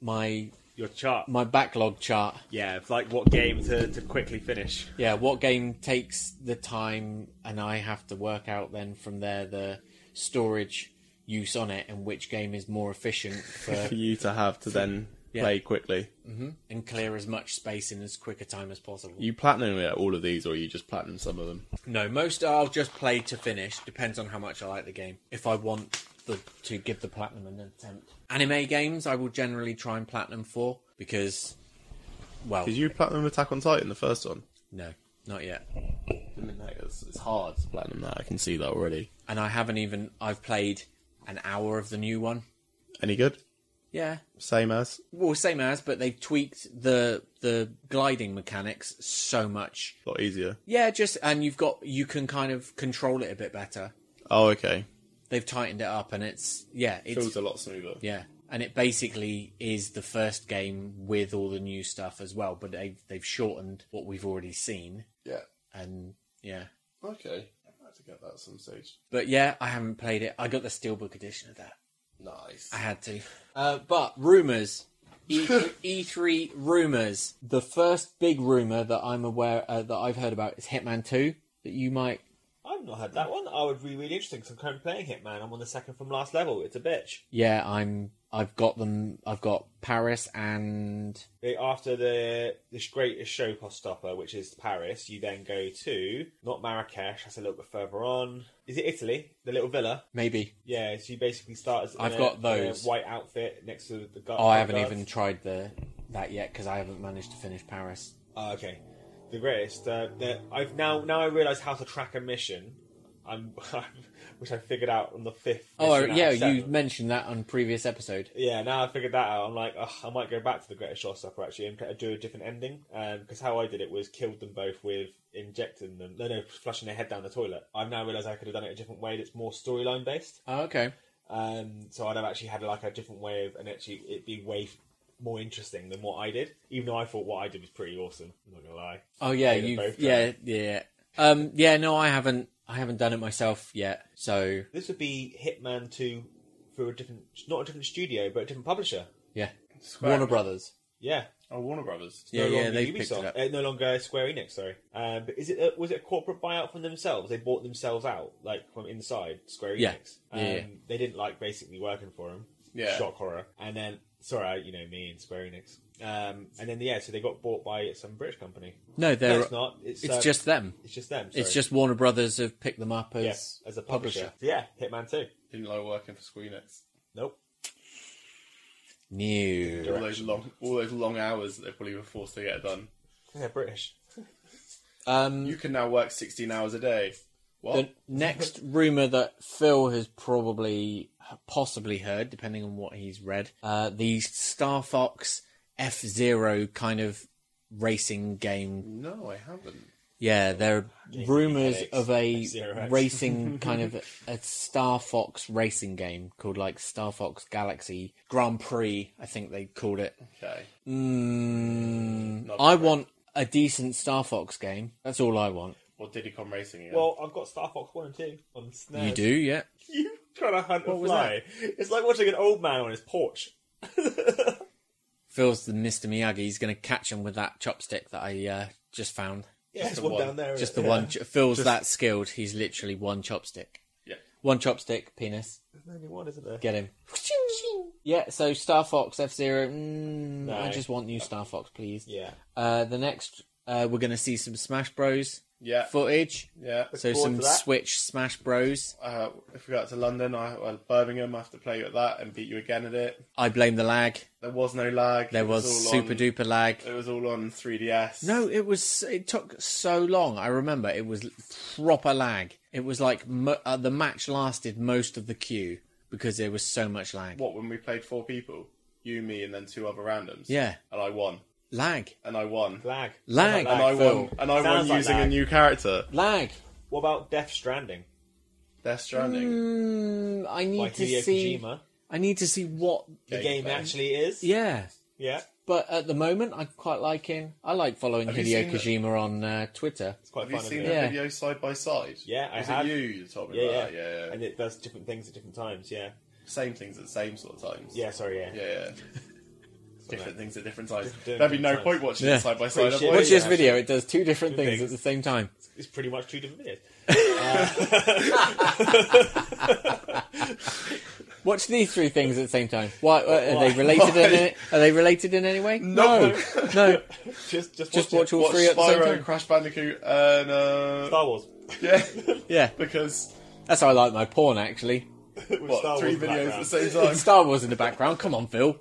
[SPEAKER 3] my
[SPEAKER 5] Your chart.
[SPEAKER 3] my backlog chart.
[SPEAKER 5] yeah, it's like what game to, to quickly finish.
[SPEAKER 3] Yeah, what game takes the time, and I have to work out then from there the storage use on it, and which game is more efficient for,
[SPEAKER 2] For you to have to then play quickly.
[SPEAKER 3] and clear as much space in as quick a time as possible.
[SPEAKER 2] You platinum yeah, all of these, or you just platinum some of them?
[SPEAKER 3] No, most I'll just play to finish. Depends on how much I like the game. If I want the, to give the platinum an attempt, anime games I will generally try and platinum for because, well,
[SPEAKER 2] Did you platinum Attack on Titan, the first one?
[SPEAKER 3] no, not yet.
[SPEAKER 2] It's, it's hard to platinum that. I can see that already.
[SPEAKER 3] And I haven't even. I've played an hour of the new one.
[SPEAKER 2] Any good?
[SPEAKER 3] Yeah,
[SPEAKER 2] Same as.
[SPEAKER 3] well, same as, but they've tweaked the the gliding mechanics so much.
[SPEAKER 2] A lot easier.
[SPEAKER 3] Yeah, just and you've got you can kind of control it a bit better.
[SPEAKER 2] Oh, okay.
[SPEAKER 3] They've tightened it up, and it's yeah, it's
[SPEAKER 2] Feels a lot smoother.
[SPEAKER 3] yeah, and it basically is the first game with all the new stuff as well. But they've they've shortened what we've already seen,
[SPEAKER 2] Yeah.
[SPEAKER 3] and yeah,
[SPEAKER 2] Okay. I have to get that at some stage.
[SPEAKER 3] but yeah, I haven't played it. I got the steelbook edition of that.
[SPEAKER 2] Nice.
[SPEAKER 3] I had to. Uh, but rumors, E three rumors. The first big rumor that I'm aware uh, that I've heard about is Hitman Two. That you might.
[SPEAKER 5] I've not had that one. I would be really interesting because I'm currently playing Hitman. I'm on the second from last level. It's a bitch.
[SPEAKER 3] Yeah, I'm. I've got them. I've got Paris and
[SPEAKER 5] They- After the this greatest show stopper, which is Paris, you then go to not Marrakesh. That's a little bit further on. Is it Italy? The little villa.
[SPEAKER 3] maybe.
[SPEAKER 5] Yeah. So you basically start. As in
[SPEAKER 3] I've
[SPEAKER 5] a-
[SPEAKER 3] got
[SPEAKER 5] in a
[SPEAKER 3] those.
[SPEAKER 5] white outfit next to the. Gu-
[SPEAKER 3] Oh, I haven't
[SPEAKER 5] guards.
[SPEAKER 3] even tried the that yet because I haven't managed to finish Paris.
[SPEAKER 5] Ah, Oh, okay. The greatest. Uh, that I've now now I realise how to track a mission. I'm, which I figured out on the fifth.
[SPEAKER 3] Oh, I-
[SPEAKER 5] mission out of
[SPEAKER 3] yeah, you
[SPEAKER 5] seven.
[SPEAKER 3] mentioned that on previous episode.
[SPEAKER 5] Yeah, now I figured that out. I'm like, ugh, I might go back to the Greatest Short Supper actually and pl- do a different ending. Because how I did it was killed them both with injecting them, no, no, flushing their head down the toilet. I've now realised I could have done it a different way that's more storyline based.
[SPEAKER 3] Oh, okay.
[SPEAKER 5] Um, so I'd have actually had like a different way of, and actually it'd be way f- more interesting than what I did. Even though I thought what I did was pretty awesome. I'm not gonna lie.
[SPEAKER 3] Oh yeah,
[SPEAKER 5] They
[SPEAKER 3] you
[SPEAKER 5] both
[SPEAKER 3] yeah
[SPEAKER 5] done.
[SPEAKER 3] yeah um yeah no I haven't I haven't done it myself yet so
[SPEAKER 5] This would be Hitman Two for a different, not a different studio, but a different publisher.
[SPEAKER 3] yeah
[SPEAKER 2] Square
[SPEAKER 3] Warner
[SPEAKER 2] Enix.
[SPEAKER 3] Brothers
[SPEAKER 5] Yeah,
[SPEAKER 2] Oh, Warner Brothers.
[SPEAKER 3] yeah
[SPEAKER 5] no
[SPEAKER 3] yeah
[SPEAKER 5] longer
[SPEAKER 3] they
[SPEAKER 5] Ubisoft.
[SPEAKER 3] picked it up
[SPEAKER 5] Uh, no longer Square Enix, sorry. Um, but is it a, was it a corporate buyout from themselves? They bought themselves out, like from inside Square Enix.
[SPEAKER 3] Yeah.
[SPEAKER 5] Um,
[SPEAKER 3] Yeah, yeah.
[SPEAKER 5] They didn't like basically working for them.
[SPEAKER 2] Yeah.
[SPEAKER 5] Shock horror. And then sorry, you know me and Square Enix. Um, and then yeah, so they got bought by some British company.
[SPEAKER 3] no
[SPEAKER 5] No,
[SPEAKER 3] they're
[SPEAKER 5] it's not. It's,
[SPEAKER 3] it's
[SPEAKER 5] uh,
[SPEAKER 3] just them
[SPEAKER 5] it's just them.
[SPEAKER 3] it's
[SPEAKER 5] sorry.
[SPEAKER 3] just Warner Brothers have picked them up as
[SPEAKER 5] yeah, as a publisher. So, yeah, Hitman Two.
[SPEAKER 2] Didn't like working for Squeenix.
[SPEAKER 5] Nope.
[SPEAKER 3] new
[SPEAKER 2] All those long, all those long hours that they probably were forced to get done.
[SPEAKER 5] They're British.
[SPEAKER 3] um
[SPEAKER 2] You can now work sixteen hours a day. What?
[SPEAKER 3] the next rumor that Phil has probably possibly heard depending on what he's read uh the Star Fox F Zero kind of racing game
[SPEAKER 2] no, I haven't.
[SPEAKER 3] Yeah, there are rumors
[SPEAKER 5] headaches.
[SPEAKER 3] of a
[SPEAKER 5] Zero X.
[SPEAKER 3] racing kind of a Star Fox racing game called like Star Fox Galaxy Grand Prix. I think they called it.
[SPEAKER 2] Okay.
[SPEAKER 3] Mm,
[SPEAKER 2] Not
[SPEAKER 3] I
[SPEAKER 2] great.
[SPEAKER 3] want a decent Star Fox game. That's all I want.
[SPEAKER 2] Or Diddy Kong Racing again.
[SPEAKER 5] Well, I've got Star Fox One and Two on SNES.
[SPEAKER 3] You do, yeah.
[SPEAKER 5] You trying to hunt
[SPEAKER 2] What
[SPEAKER 5] a
[SPEAKER 2] was
[SPEAKER 5] fly? It's like watching an old man on his porch.
[SPEAKER 3] Phil's the Mr. Miyagi. He's going to catch him with that chopstick that I uh, just found.
[SPEAKER 5] Yeah, just
[SPEAKER 2] the
[SPEAKER 5] one,
[SPEAKER 2] one.
[SPEAKER 5] down there.
[SPEAKER 3] Just the
[SPEAKER 5] yeah.
[SPEAKER 3] one. ch- Phil's that skilled. He's literally one chopstick.
[SPEAKER 2] Yeah.
[SPEAKER 3] One chopstick, penis.
[SPEAKER 5] There's only one, isn't there?
[SPEAKER 3] Get him. Yeah, so Star Fox F Zero. Mm, I
[SPEAKER 5] No.
[SPEAKER 3] just want new Star Fox, please.
[SPEAKER 5] Yeah.
[SPEAKER 3] Uh, the next, uh, we're going to see some Smash Bros.
[SPEAKER 2] Yeah.
[SPEAKER 3] footage.
[SPEAKER 2] yeah.
[SPEAKER 3] So
[SPEAKER 5] forward
[SPEAKER 3] some
[SPEAKER 5] to that.
[SPEAKER 3] Switch Smash Bros.
[SPEAKER 2] Uh, if we go out to London, I well, Birmingham, I have to play you at that and beat you again at it.
[SPEAKER 3] I blame the lag.
[SPEAKER 2] There was no lag.
[SPEAKER 3] There
[SPEAKER 2] It
[SPEAKER 3] was
[SPEAKER 2] all
[SPEAKER 3] super
[SPEAKER 2] on-
[SPEAKER 3] duper lag.
[SPEAKER 5] Uh,
[SPEAKER 2] It was all on 3DS.
[SPEAKER 3] No, it was. It took so long. I remember it was proper lag. It was like mo- uh, the match lasted most of the queue because there was so much lag.
[SPEAKER 2] What when we played four people, you, me, and then two other randoms.
[SPEAKER 3] Yeah.
[SPEAKER 2] And I won.
[SPEAKER 3] Lag,
[SPEAKER 2] And I won.
[SPEAKER 5] Lag.
[SPEAKER 3] lag,
[SPEAKER 2] And I
[SPEAKER 3] Phil.
[SPEAKER 2] won. And I won
[SPEAKER 5] Sounds like
[SPEAKER 2] using a
[SPEAKER 5] lag.
[SPEAKER 2] new character.
[SPEAKER 3] lag.
[SPEAKER 5] What about Death Stranding?
[SPEAKER 2] Death Stranding.
[SPEAKER 3] Mm, I need
[SPEAKER 5] By
[SPEAKER 3] to
[SPEAKER 5] Hideo
[SPEAKER 3] see.
[SPEAKER 5] Kojima.
[SPEAKER 3] I need to see what.
[SPEAKER 5] The game
[SPEAKER 2] Gameplay.
[SPEAKER 5] actually is.
[SPEAKER 3] Yeah,
[SPEAKER 5] Yeah,
[SPEAKER 3] But at the moment, I'm quite liking. I like following
[SPEAKER 2] you
[SPEAKER 3] Hideo
[SPEAKER 2] seen the-
[SPEAKER 3] Kojima on uh, Twitter.
[SPEAKER 5] It's quite
[SPEAKER 2] Have you
[SPEAKER 5] fun.
[SPEAKER 2] seen
[SPEAKER 5] isn't
[SPEAKER 2] the
[SPEAKER 5] it?
[SPEAKER 3] Yeah.
[SPEAKER 2] video side by side?
[SPEAKER 5] Yeah, I
[SPEAKER 2] Was
[SPEAKER 5] have.
[SPEAKER 2] it you you told me
[SPEAKER 5] Yeah, yeah.
[SPEAKER 2] about? Yeah, yeah.
[SPEAKER 5] And it does different things at different times. Yeah.
[SPEAKER 2] Same things at the same sort of times.
[SPEAKER 5] Yeah. Sorry. Yeah.
[SPEAKER 2] Yeah, yeah. different things at different times.
[SPEAKER 5] doing
[SPEAKER 2] There'd be
[SPEAKER 5] different
[SPEAKER 2] no
[SPEAKER 5] times.
[SPEAKER 2] point watching
[SPEAKER 3] Yeah.
[SPEAKER 2] it side by
[SPEAKER 5] Pretty
[SPEAKER 2] side.
[SPEAKER 5] shit.
[SPEAKER 2] otherwise.
[SPEAKER 3] Watch
[SPEAKER 5] yeah,
[SPEAKER 3] this video; it does two different things at
[SPEAKER 5] things.
[SPEAKER 3] the same time.
[SPEAKER 5] It's pretty much two different videos.
[SPEAKER 3] Watch these three things at the same time. Why, uh, are they related?
[SPEAKER 2] Why?
[SPEAKER 3] In any, are they related in any way? No, no.
[SPEAKER 5] Just, just,
[SPEAKER 3] Just
[SPEAKER 5] watch,
[SPEAKER 3] watch
[SPEAKER 5] it.
[SPEAKER 3] all
[SPEAKER 2] Watch
[SPEAKER 3] three at the same
[SPEAKER 2] Spyro,
[SPEAKER 3] time.
[SPEAKER 2] Crash Bandicoot, and uh,
[SPEAKER 5] Star Wars.
[SPEAKER 2] yeah,
[SPEAKER 3] Yeah,
[SPEAKER 2] because
[SPEAKER 3] that's how I like my porn actually.
[SPEAKER 5] With
[SPEAKER 2] what
[SPEAKER 5] Star
[SPEAKER 2] three
[SPEAKER 5] Wars in the
[SPEAKER 2] videos at the
[SPEAKER 5] background.
[SPEAKER 2] same time?
[SPEAKER 3] Star Wars in the background. Come on, Phil.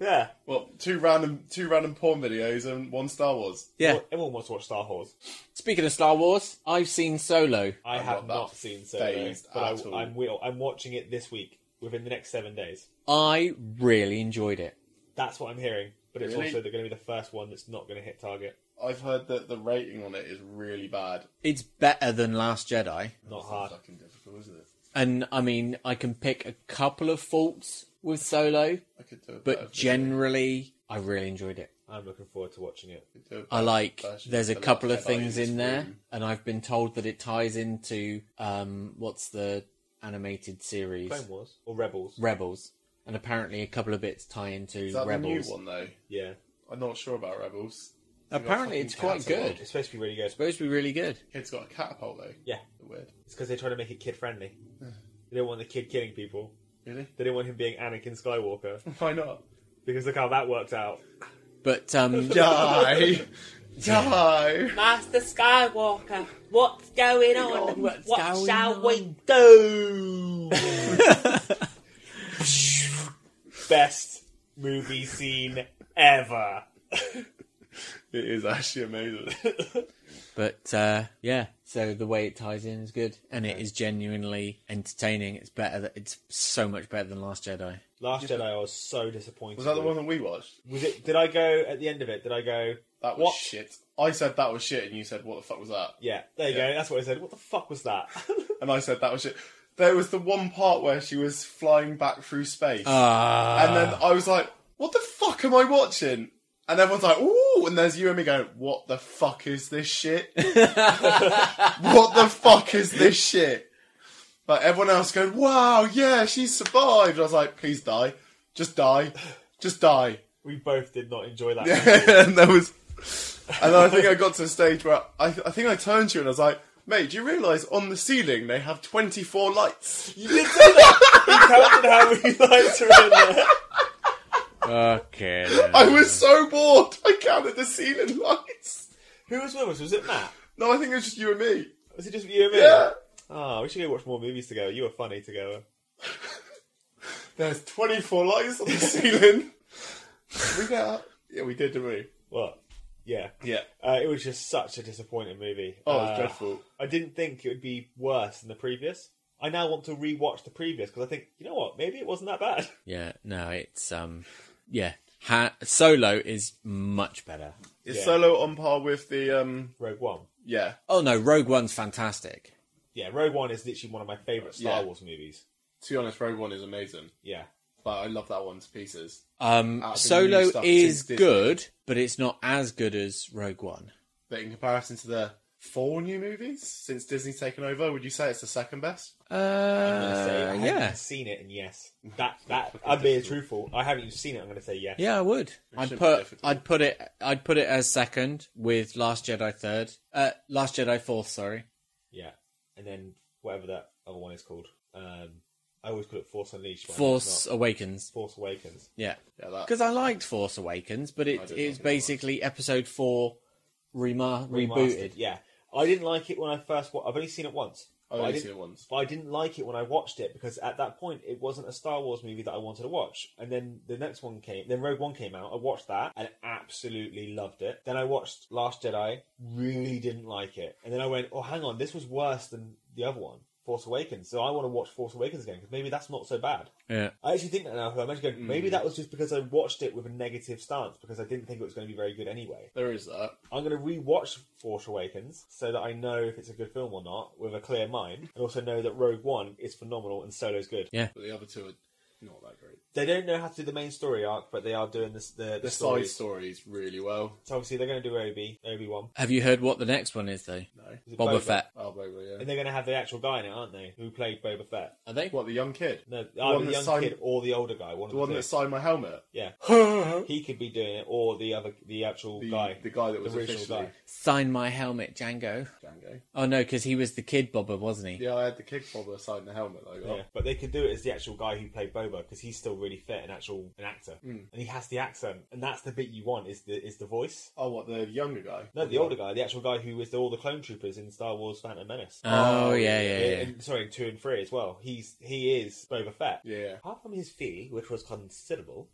[SPEAKER 5] Yeah.
[SPEAKER 2] well, two random two random porn videos and one Star Wars.
[SPEAKER 3] Yeah.
[SPEAKER 5] Well, Everyone wants to watch Star Wars.
[SPEAKER 3] Speaking of Star Wars, I've seen Solo.
[SPEAKER 5] I
[SPEAKER 2] I'm
[SPEAKER 5] have
[SPEAKER 2] not that
[SPEAKER 5] not seen Solo,
[SPEAKER 2] phased
[SPEAKER 5] but I,
[SPEAKER 2] at all.
[SPEAKER 5] I'm will. I'm watching it this week within the next seven days.
[SPEAKER 3] I really enjoyed it.
[SPEAKER 5] That's what I'm hearing. But it's
[SPEAKER 2] Really?
[SPEAKER 5] also going to be the first one that's not going to hit target.
[SPEAKER 2] I've heard that the rating on it is really bad.
[SPEAKER 3] It's better than Last Jedi.
[SPEAKER 5] Not hard.
[SPEAKER 2] Fucking difficult, isn't it?
[SPEAKER 3] And I mean, I can pick a couple of faults with Solo,
[SPEAKER 2] I could do a better
[SPEAKER 3] but
[SPEAKER 2] video.
[SPEAKER 3] generally, I really enjoyed it.
[SPEAKER 5] I'm looking forward to watching it.
[SPEAKER 2] Could do a
[SPEAKER 3] I
[SPEAKER 2] better
[SPEAKER 3] like.
[SPEAKER 2] version
[SPEAKER 3] There's a
[SPEAKER 2] The
[SPEAKER 3] couple of
[SPEAKER 2] Last Jedi
[SPEAKER 3] things
[SPEAKER 2] is
[SPEAKER 3] in there,
[SPEAKER 2] really-
[SPEAKER 3] and I've been told that it ties into um, what's the animated series
[SPEAKER 5] Clone Wars or Rebels?
[SPEAKER 3] Rebels, and apparently a couple of bits tie into
[SPEAKER 2] Is that
[SPEAKER 3] Rebels.
[SPEAKER 2] the new one though?
[SPEAKER 5] yeah,
[SPEAKER 2] I'm not sure about Rebels.
[SPEAKER 3] Apparently,
[SPEAKER 2] You've got
[SPEAKER 3] it's
[SPEAKER 2] fucking
[SPEAKER 3] quite
[SPEAKER 2] cats
[SPEAKER 3] good.
[SPEAKER 2] involved.
[SPEAKER 5] it's supposed to be really good.
[SPEAKER 3] supposed to be really good.
[SPEAKER 2] Kid's got a catapult though.
[SPEAKER 5] Yeah,
[SPEAKER 2] Weird.
[SPEAKER 5] it's because they're trying to make it kid friendly. they don't want the kid killing people.
[SPEAKER 2] Really?
[SPEAKER 5] They don't want him being Anakin Skywalker
[SPEAKER 2] Why not?
[SPEAKER 5] because look how that worked out.
[SPEAKER 3] But um,
[SPEAKER 2] Die! Die!
[SPEAKER 6] Master Skywalker, what's going on?
[SPEAKER 3] What's
[SPEAKER 6] what
[SPEAKER 3] going
[SPEAKER 6] shall we
[SPEAKER 3] on?
[SPEAKER 6] do?
[SPEAKER 5] Best movie scene ever.
[SPEAKER 2] It is actually amazing.
[SPEAKER 3] But uh, yeah, so the way it ties in is good, and it is genuinely entertaining. It's better. That, it's so much better than Last Jedi.
[SPEAKER 5] Last Jedi, I was so disappointed.
[SPEAKER 2] was that the one
[SPEAKER 5] with.
[SPEAKER 2] that we watched?
[SPEAKER 5] Was it? Did I go at the end of it? Did I go?
[SPEAKER 2] That was
[SPEAKER 5] What?
[SPEAKER 2] shit. I said that was shit, and you said, what the fuck was that?
[SPEAKER 5] Yeah, there you
[SPEAKER 2] Yeah.
[SPEAKER 5] go. That's what I said. What the fuck was that?
[SPEAKER 2] And I said that was shit. There was the one part where she was flying back through space.
[SPEAKER 3] Ah,
[SPEAKER 2] and then I was like, what the fuck am I watching? And everyone's like, ooh, and there's you and me going, what the fuck is this shit? what the fuck is this shit? Like everyone else going, wow, yeah, she survived. I was like, please die. Just die. Just die.
[SPEAKER 5] we both did not enjoy that.
[SPEAKER 2] and that was, and I think I got to a stage where I, I think I turned to you and I was like, mate, do you realise on the ceiling they have 24 lights?
[SPEAKER 5] You did say that. You counted how many lights are in there.
[SPEAKER 3] okay.
[SPEAKER 2] I was so bored. I counted the ceiling lights.
[SPEAKER 5] Who was with us? Was it Matt?
[SPEAKER 2] No, I think it was just you and me.
[SPEAKER 5] Was it just you and me?
[SPEAKER 2] Yeah.
[SPEAKER 5] Oh, we should go watch more movies together. You were funny together.
[SPEAKER 2] There's 24 lights on the ceiling. we get out. Yeah, we did, didn't we?
[SPEAKER 5] What? Yeah.
[SPEAKER 2] Yeah.
[SPEAKER 5] Uh, it was just such a disappointing movie.
[SPEAKER 2] Oh, it was
[SPEAKER 5] Uh,
[SPEAKER 2] dreadful.
[SPEAKER 5] I didn't think it would be worse than the previous. I now want to re-watch the previous because I think you know what? Maybe it wasn't that bad.
[SPEAKER 3] Yeah, no, it's um, yeah. Ha- Solo is much better.
[SPEAKER 2] Is
[SPEAKER 5] Yeah.
[SPEAKER 2] Solo on par with the, um,
[SPEAKER 5] Rogue One.
[SPEAKER 2] yeah.
[SPEAKER 3] Oh no, Rogue One's fantastic.
[SPEAKER 5] Yeah, Rogue One is literally one of my favourite Star
[SPEAKER 2] Yeah.
[SPEAKER 5] Wars movies.
[SPEAKER 2] To be honest, Rogue One is amazing.
[SPEAKER 5] Yeah.
[SPEAKER 2] But I love that one to pieces.
[SPEAKER 3] Um,
[SPEAKER 2] Out of the new
[SPEAKER 3] Solo
[SPEAKER 2] stuff
[SPEAKER 3] is
[SPEAKER 2] since Disney.
[SPEAKER 3] good, but it's not as good as Rogue One.
[SPEAKER 2] But in comparison to the four new movies since Disney's taken over, would you say it's the second best?
[SPEAKER 5] I'm gonna say I
[SPEAKER 3] Uh,
[SPEAKER 5] haven't
[SPEAKER 3] yeah,
[SPEAKER 5] seen it, and yes, that that I'm being truthful. I haven't even seen it. I'm going to say yes.
[SPEAKER 3] yeah, I would. I'd
[SPEAKER 2] shouldn't be
[SPEAKER 3] put,
[SPEAKER 2] difficult.
[SPEAKER 3] I'd put it, I'd put it as second with Last Jedi third, uh, Last Jedi fourth. Sorry.
[SPEAKER 5] Yeah. And then whatever that other one is called, um, I always call it Force Unleashed. but I know it's
[SPEAKER 3] Force
[SPEAKER 5] not.
[SPEAKER 3] Awakens.
[SPEAKER 5] Force Awakens.
[SPEAKER 3] Yeah.
[SPEAKER 2] Yeah, that.
[SPEAKER 3] Because I liked Force Awakens, but it,
[SPEAKER 2] did
[SPEAKER 3] it's
[SPEAKER 2] like it a lot.
[SPEAKER 3] basically episode four rema-
[SPEAKER 5] Remastered,
[SPEAKER 3] rebooted.
[SPEAKER 5] Yeah. I didn't like it when I first. Wa- I've only seen it once.
[SPEAKER 2] I've
[SPEAKER 5] But
[SPEAKER 2] only
[SPEAKER 5] didn't-
[SPEAKER 2] seen it once.
[SPEAKER 5] But I didn't like it when I watched it because at that point it wasn't a Star Wars movie that I wanted to watch. And then the next one came, then Rogue One came out. I watched that and absolutely loved it. Then I watched Last Jedi, really didn't like it. And then I went, oh, hang on, this was worse than the other one, Force Awakens. So I want to watch Force Awakens again because maybe that's not so bad.
[SPEAKER 3] Yeah.
[SPEAKER 5] I actually think that now. I'm actually
[SPEAKER 2] Hmm.
[SPEAKER 5] going, maybe that was just because I watched it with a negative stance because I didn't think it was going to be very good anyway.
[SPEAKER 2] There is that.
[SPEAKER 5] I'm going to rewatch Force Awakens so that I know if it's a good film or not with a clear mind, and also know that Rogue One is phenomenal and Solo's good.
[SPEAKER 3] Yeah.
[SPEAKER 2] But the other two are not that great.
[SPEAKER 5] They don't know how to do the main story arc, but they are doing this, the the,
[SPEAKER 2] The side
[SPEAKER 5] stories.
[SPEAKER 2] stories really well.
[SPEAKER 5] So obviously they're going to do Obi Obi Wan,
[SPEAKER 3] Have you heard what the next one is, though?
[SPEAKER 2] No.
[SPEAKER 3] Boba, Fett.
[SPEAKER 2] Oh, Boba, yeah.
[SPEAKER 5] and they're going to have the actual guy in it, aren't they? Who played Boba Fett?
[SPEAKER 3] Are they?
[SPEAKER 2] What, the young kid?
[SPEAKER 5] No, either
[SPEAKER 2] one
[SPEAKER 5] the
[SPEAKER 2] that
[SPEAKER 5] young
[SPEAKER 2] signed-
[SPEAKER 5] kid or the older guy. One
[SPEAKER 2] The
[SPEAKER 5] of
[SPEAKER 2] one
[SPEAKER 5] the
[SPEAKER 2] that
[SPEAKER 5] two.
[SPEAKER 2] signed my helmet?
[SPEAKER 5] yeah. he could be doing it, or the other, the actual
[SPEAKER 2] The
[SPEAKER 5] guy,
[SPEAKER 2] the guy that was
[SPEAKER 5] the original
[SPEAKER 2] officially
[SPEAKER 5] guy.
[SPEAKER 3] Sign my helmet, Django.
[SPEAKER 2] Django.
[SPEAKER 3] Oh no, because he was the kid Bobber, wasn't he?
[SPEAKER 2] eh? Yeah, I had the kick bobber aside in the helmet that I got.
[SPEAKER 5] Yeah, but they could do it as the actual guy who played Boba because he's still really fit and actual an actor,
[SPEAKER 3] Mm.
[SPEAKER 5] and he has the accent, and that's the bit you want is the is the voice.
[SPEAKER 2] Oh, what, the younger guy?
[SPEAKER 5] No, the older guy, the actual guy who was the, all the clone troopers in Star Wars: Phantom Menace.
[SPEAKER 3] Oh,
[SPEAKER 2] Oh,
[SPEAKER 3] yeah, yeah, yeah.
[SPEAKER 5] And, sorry, two and three as well. He's he is Boba Fett.
[SPEAKER 2] Yeah.
[SPEAKER 5] Apart from his fee, which was considerable,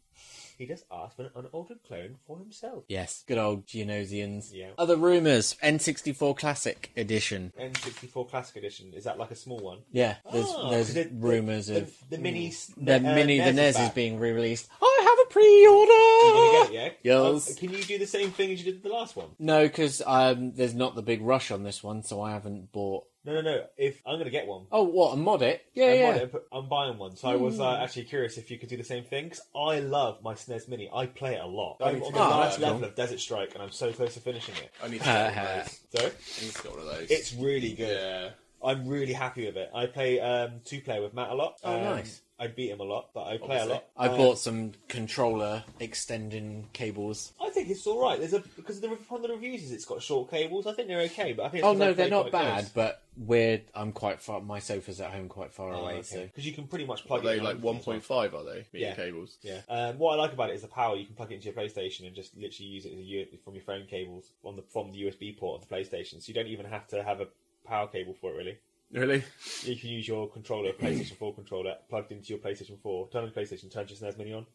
[SPEAKER 5] he just asked for an unaltered clone for himself.
[SPEAKER 3] Yes, good old Geonosians.
[SPEAKER 5] Yeah.
[SPEAKER 3] Other rumors: N64 Classic Edition.
[SPEAKER 5] N64 Classic Edition is that like a small one?
[SPEAKER 3] Yeah, there's,
[SPEAKER 5] Ah,
[SPEAKER 3] there's
[SPEAKER 5] 'cause the-
[SPEAKER 3] rumors
[SPEAKER 5] the,
[SPEAKER 3] of
[SPEAKER 5] the, the mini
[SPEAKER 3] the,
[SPEAKER 5] uh,
[SPEAKER 3] mini the NES is
[SPEAKER 5] back.
[SPEAKER 3] being re-released. I have a pre-order.
[SPEAKER 5] You're gonna get it, yeah?
[SPEAKER 3] Yes.
[SPEAKER 5] Um, can you do the same thing as you did with the last one?
[SPEAKER 3] No, because um, there's not the big rush on this one, so I haven't bought.
[SPEAKER 5] No, no, no. If I'm gonna get one,
[SPEAKER 3] Oh, what and mod it? Yeah,
[SPEAKER 5] I'm,
[SPEAKER 3] yeah. Hmm.
[SPEAKER 5] buying it, but I'm buying one. So I was uh, actually curious if you could do the same thing. 'cause I love my SNES Mini. I play it a lot.
[SPEAKER 2] I
[SPEAKER 5] I'm
[SPEAKER 2] need to
[SPEAKER 5] on the
[SPEAKER 2] get
[SPEAKER 3] Ah,
[SPEAKER 2] one of
[SPEAKER 5] last
[SPEAKER 2] those.
[SPEAKER 5] level of Desert Strike, and I'm so close to finishing it.
[SPEAKER 2] I need to get one of those.
[SPEAKER 5] So
[SPEAKER 2] I need to get one of those.
[SPEAKER 5] it's really good.
[SPEAKER 2] yeah.
[SPEAKER 5] I'm really happy with it. I play um, two player with Matt a lot.
[SPEAKER 3] Oh,
[SPEAKER 5] Um,
[SPEAKER 3] nice.
[SPEAKER 5] I beat him a lot, but I play
[SPEAKER 2] Obviously.
[SPEAKER 5] a lot.
[SPEAKER 3] I
[SPEAKER 5] Um,
[SPEAKER 3] bought some controller extending cables.
[SPEAKER 5] I think it's all right. There's a because the, one of the reviews is it's got short cables. I think they're okay, but I think it's
[SPEAKER 3] Oh
[SPEAKER 5] 'cause I
[SPEAKER 3] no, they're
[SPEAKER 5] play
[SPEAKER 3] not
[SPEAKER 5] quite
[SPEAKER 3] bad,
[SPEAKER 5] close.
[SPEAKER 3] but we're I'm quite far. My sofa's at home, quite far
[SPEAKER 5] Oh,
[SPEAKER 3] away.
[SPEAKER 5] okay.
[SPEAKER 3] So
[SPEAKER 5] Because you can pretty much
[SPEAKER 2] Are
[SPEAKER 5] plug it
[SPEAKER 2] they
[SPEAKER 5] in
[SPEAKER 2] like
[SPEAKER 5] on your
[SPEAKER 2] 1.5, are they? Media
[SPEAKER 5] Yeah.
[SPEAKER 2] cables.
[SPEAKER 5] Yeah. Um, what I like about it is the power. You can plug it into your PlayStation and just literally use it as a U- from your phone cables on the from the USB port of the PlayStation. So you don't even have to have a power cable for it really.
[SPEAKER 2] Really?
[SPEAKER 5] You can use your controller, PlayStation 4 controller, plugged into your PlayStation 4. Turn on the PlayStation, turn your SNES Mini on.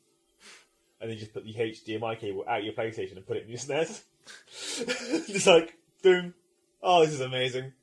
[SPEAKER 5] and then just put the HDMI cable out your PlayStation and put it in your SNES. just like, boom. Oh, this is amazing.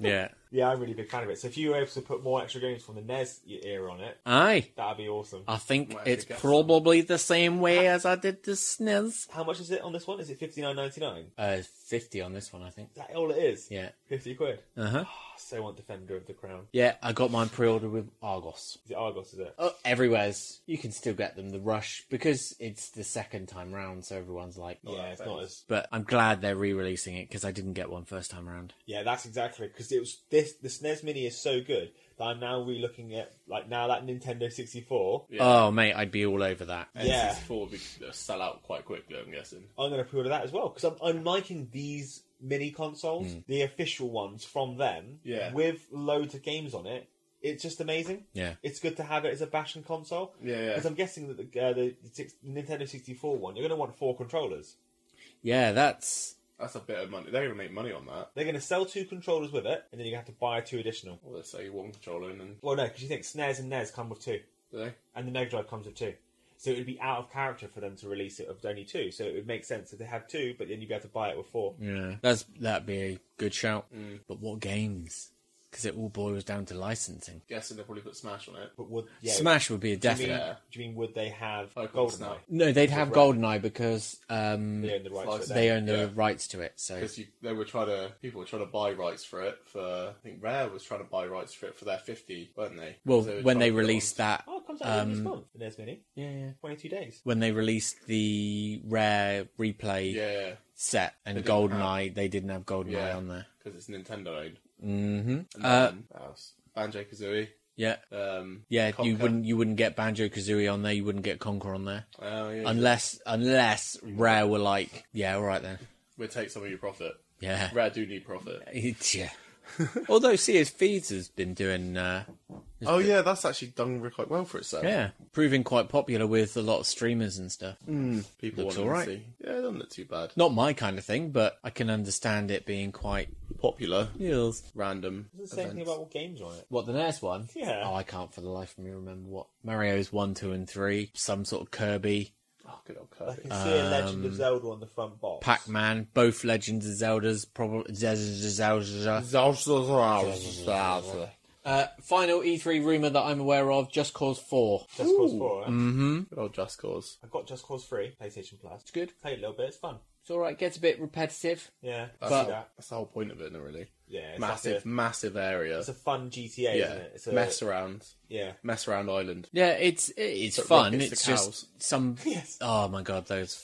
[SPEAKER 3] Yeah.
[SPEAKER 5] yeah, I'm really a big fan of it. So if you were able to put more extra games from the NES era on it,
[SPEAKER 3] Aye.
[SPEAKER 5] that'd be awesome.
[SPEAKER 3] I think
[SPEAKER 7] Might
[SPEAKER 3] it's
[SPEAKER 7] pick up
[SPEAKER 3] probably the same way as I did the SNES.
[SPEAKER 5] How much is it on this one? Is it fifty nine ninety nine?
[SPEAKER 3] Uh, 50 on this one, I think.
[SPEAKER 5] Is that all it is?
[SPEAKER 3] Yeah.
[SPEAKER 5] Fifty quid.
[SPEAKER 3] Uh huh.
[SPEAKER 5] Oh, so want Defender of the Crown.
[SPEAKER 3] Yeah, I got mine pre ordered with Argos.
[SPEAKER 5] Is it Argos, is it?
[SPEAKER 3] Uh, everywhere's. You can still get them, the rush, because it's the second time round, so everyone's like, "Oh,
[SPEAKER 5] yeah, it's not as
[SPEAKER 3] But I'm glad they're re releasing it because I didn't get one first time around.
[SPEAKER 5] Yeah, that's exactly because it was this. The SNES Mini is so good that I'm now re-looking at like now that Nintendo 64.
[SPEAKER 3] Oh, mate, I'd be all over that.
[SPEAKER 5] Yeah.
[SPEAKER 2] N64 would be, they'll sell out quite quickly, I'm guessing.
[SPEAKER 5] I'm going to pre-order that as well because I'm, I'm liking these mini consoles,
[SPEAKER 3] Mm.
[SPEAKER 5] the official ones from them,
[SPEAKER 2] Yeah.
[SPEAKER 5] with loads of games on it. It's just amazing.
[SPEAKER 3] Yeah.
[SPEAKER 5] It's good to have it as a bashing console.
[SPEAKER 2] Yeah, yeah.
[SPEAKER 5] Because I'm guessing that the, uh, the, six, Nintendo 64 one, you're going to want four controllers.
[SPEAKER 3] Yeah, that's.
[SPEAKER 2] That's a bit of money. They're going to make money on that.
[SPEAKER 5] They're going to sell two controllers with it, and then you have to buy two additional.
[SPEAKER 2] Well, let's say one controller and then
[SPEAKER 5] Well, no, because you think SNES and NES come with two.
[SPEAKER 2] do they?
[SPEAKER 5] and the Mega Drive comes with two. So it would be out of character for them to release it of only two. So it would make sense if they have two, but then you'd be able to buy it with four.
[SPEAKER 3] Yeah. That's, that'd be a good shout.
[SPEAKER 5] Mm.
[SPEAKER 3] But what games? Because it all boils down to licensing.
[SPEAKER 2] Guessing they'll probably put Smash on it.
[SPEAKER 5] But would yeah, uh,
[SPEAKER 3] Smash would be a
[SPEAKER 5] Do you, mean,
[SPEAKER 3] definite.
[SPEAKER 5] do you mean would they have
[SPEAKER 2] Pokemon
[SPEAKER 5] Goldeneye?
[SPEAKER 2] Snap.
[SPEAKER 3] No, they'd have Goldeneye because um,
[SPEAKER 5] They own the rights to it.
[SPEAKER 3] they own the
[SPEAKER 2] Yeah.
[SPEAKER 3] rights to it. So
[SPEAKER 2] Because they were trying to, people were trying to buy rights for it. For I think Rare was trying to buy rights for it for their fifty, weren't they?
[SPEAKER 3] Well,
[SPEAKER 2] So were
[SPEAKER 3] when
[SPEAKER 2] trying
[SPEAKER 3] they
[SPEAKER 2] to put it on-
[SPEAKER 3] released that,
[SPEAKER 5] Oh, it comes out this
[SPEAKER 3] Um,
[SPEAKER 5] month. And there's many.
[SPEAKER 3] yeah, yeah.
[SPEAKER 5] Twenty-two days.
[SPEAKER 3] When they released the rare replay
[SPEAKER 2] yeah,
[SPEAKER 3] set and
[SPEAKER 2] didn't have-
[SPEAKER 3] GoldenEye, they didn't have GoldenEye
[SPEAKER 2] Yeah.
[SPEAKER 3] on there.
[SPEAKER 2] because it's Nintendo owned.
[SPEAKER 3] hmm
[SPEAKER 2] And
[SPEAKER 3] Uh,
[SPEAKER 2] then, what else? Banjo Kazooie.
[SPEAKER 3] Yeah,
[SPEAKER 2] Um,
[SPEAKER 3] yeah. You
[SPEAKER 2] Conker.
[SPEAKER 3] wouldn't, you wouldn't get Banjo Kazooie on there. You wouldn't get Conker on there,
[SPEAKER 2] Oh, yeah,
[SPEAKER 3] unless, unless Rare were like, yeah, all right then,
[SPEAKER 2] we'll take some of your profit.
[SPEAKER 3] yeah,
[SPEAKER 2] Rare do need profit.
[SPEAKER 3] It's- yeah. Although CS Feeds has been doing, uh,
[SPEAKER 7] Oh yeah, that's actually done quite well for itself.
[SPEAKER 3] yeah, proving quite popular with a lot of streamers and stuff.
[SPEAKER 2] People
[SPEAKER 3] Looks
[SPEAKER 2] want
[SPEAKER 3] alright.
[SPEAKER 2] to see. Yeah, it doesn't look too bad.
[SPEAKER 3] Not my kind of thing, but I can understand it being quite.
[SPEAKER 2] Popular, random.
[SPEAKER 5] It's the same thing
[SPEAKER 2] events.
[SPEAKER 5] about what games are on it.
[SPEAKER 3] What the NES one?
[SPEAKER 5] Yeah.
[SPEAKER 3] Oh, I can't for the life of me remember what Mario's one, two, and three. Some sort of Kirby,
[SPEAKER 2] Oh, good old
[SPEAKER 5] I
[SPEAKER 2] Kirby.
[SPEAKER 5] can see a Legend of Zelda on the front box.
[SPEAKER 3] Um, Pac-Man, both Legends of Zelda's. Probably Zelda. Uh, final E3 rumor that I'm aware of: Just Cause Four.
[SPEAKER 5] Just Cause Four. eh?
[SPEAKER 3] Mm.
[SPEAKER 2] Good old Just Cause.
[SPEAKER 5] I've got Just Cause Three, PlayStation Plus.
[SPEAKER 3] It's good.
[SPEAKER 5] Play it a little bit. It's fun.
[SPEAKER 3] It's all right. Gets a bit repetitive.
[SPEAKER 5] Yeah. I
[SPEAKER 2] That's,
[SPEAKER 5] see that.
[SPEAKER 2] that's the whole point of it, isn't it, really.
[SPEAKER 5] Yeah. It's
[SPEAKER 2] massive,
[SPEAKER 5] Like a,
[SPEAKER 2] massive area.
[SPEAKER 5] it's a fun GTA,
[SPEAKER 2] yeah,
[SPEAKER 5] isn't it? It's a,
[SPEAKER 2] mess around,
[SPEAKER 5] Yeah.
[SPEAKER 2] mess around island.
[SPEAKER 3] Yeah, it's it's
[SPEAKER 2] But
[SPEAKER 3] fun.
[SPEAKER 2] rockets to
[SPEAKER 3] It's
[SPEAKER 2] cows.
[SPEAKER 3] just some.
[SPEAKER 5] Yes.
[SPEAKER 3] Oh my god, those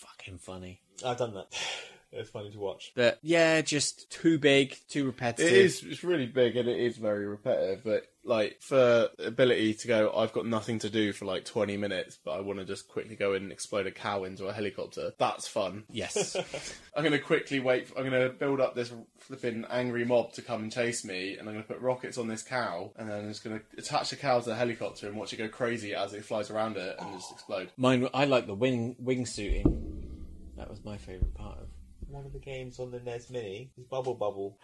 [SPEAKER 3] fucking funny.
[SPEAKER 5] I've done that. It's funny to watch.
[SPEAKER 3] But yeah, just too big, too repetitive.
[SPEAKER 2] It is. It's really big and it is very repetitive. But like for ability to go, I've got nothing to do for like twenty minutes, but I want to just quickly go in and explode a cow into a helicopter. That's fun.
[SPEAKER 3] Yes.
[SPEAKER 2] I'm gonna quickly wait. For, I'm gonna build up this flipping angry mob to come and chase me, and I'm gonna put rockets on this cow, and then I'm just gonna attach the cow to the helicopter and watch it go crazy as it flies around it and just explode.
[SPEAKER 3] Mine, I like the wing wingsuiting. That was my favourite part of.
[SPEAKER 5] One of the games on the NES Mini is Bubble Bubble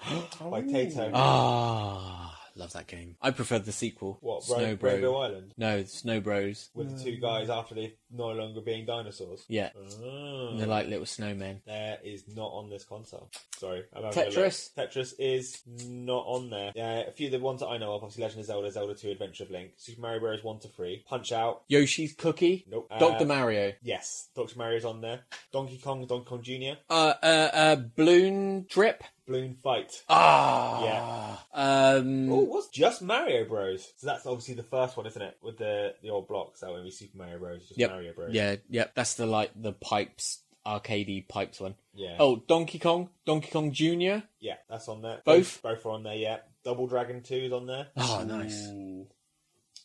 [SPEAKER 5] by Tato.
[SPEAKER 3] Ah, love that game. I preferred the sequel.
[SPEAKER 5] what, Ro-
[SPEAKER 3] Snow Bro?
[SPEAKER 5] Rainbow Island?
[SPEAKER 3] No, Snow Bros.
[SPEAKER 5] With the two guys after they no longer being dinosaurs.
[SPEAKER 3] Yeah,
[SPEAKER 5] Oh.
[SPEAKER 3] they're like little snowmen.
[SPEAKER 5] There is not on this console. Sorry. I'm having a look.
[SPEAKER 3] Tetris?
[SPEAKER 5] Tetris is not on there. Yeah, a few of the ones that I know of, obviously Legend of Zelda, Zelda 2, Adventure of Link, Super Mario Bros. 1 to 3, Punch Out.
[SPEAKER 3] Yoshi's Cookie.
[SPEAKER 5] Nope.
[SPEAKER 3] Doctor
[SPEAKER 5] Uh,
[SPEAKER 3] Mario.
[SPEAKER 5] Yes, Dr. Mario's on there. Donkey Kong, Donkey Kong Jr.,
[SPEAKER 3] Uh, uh, uh, Balloon Drip.
[SPEAKER 5] Balloon Fight.
[SPEAKER 3] Ah. Yeah. Um.
[SPEAKER 5] Oh, what's just Mario Bros? So that's obviously the first one, isn't it? With the the old blocks, that would be Super Mario Bros. Just
[SPEAKER 3] Yep.
[SPEAKER 5] Mario Bros.
[SPEAKER 3] Yeah. Yep. That's the like the pipes arcadey pipes one.
[SPEAKER 5] yeah.
[SPEAKER 3] Oh, Donkey Kong. Donkey Kong Junior.
[SPEAKER 5] Yeah, that's on there.
[SPEAKER 3] Both?
[SPEAKER 5] both are on there. Yeah, Double Dragon Two is on there.
[SPEAKER 3] Oh, nice.
[SPEAKER 5] Mm,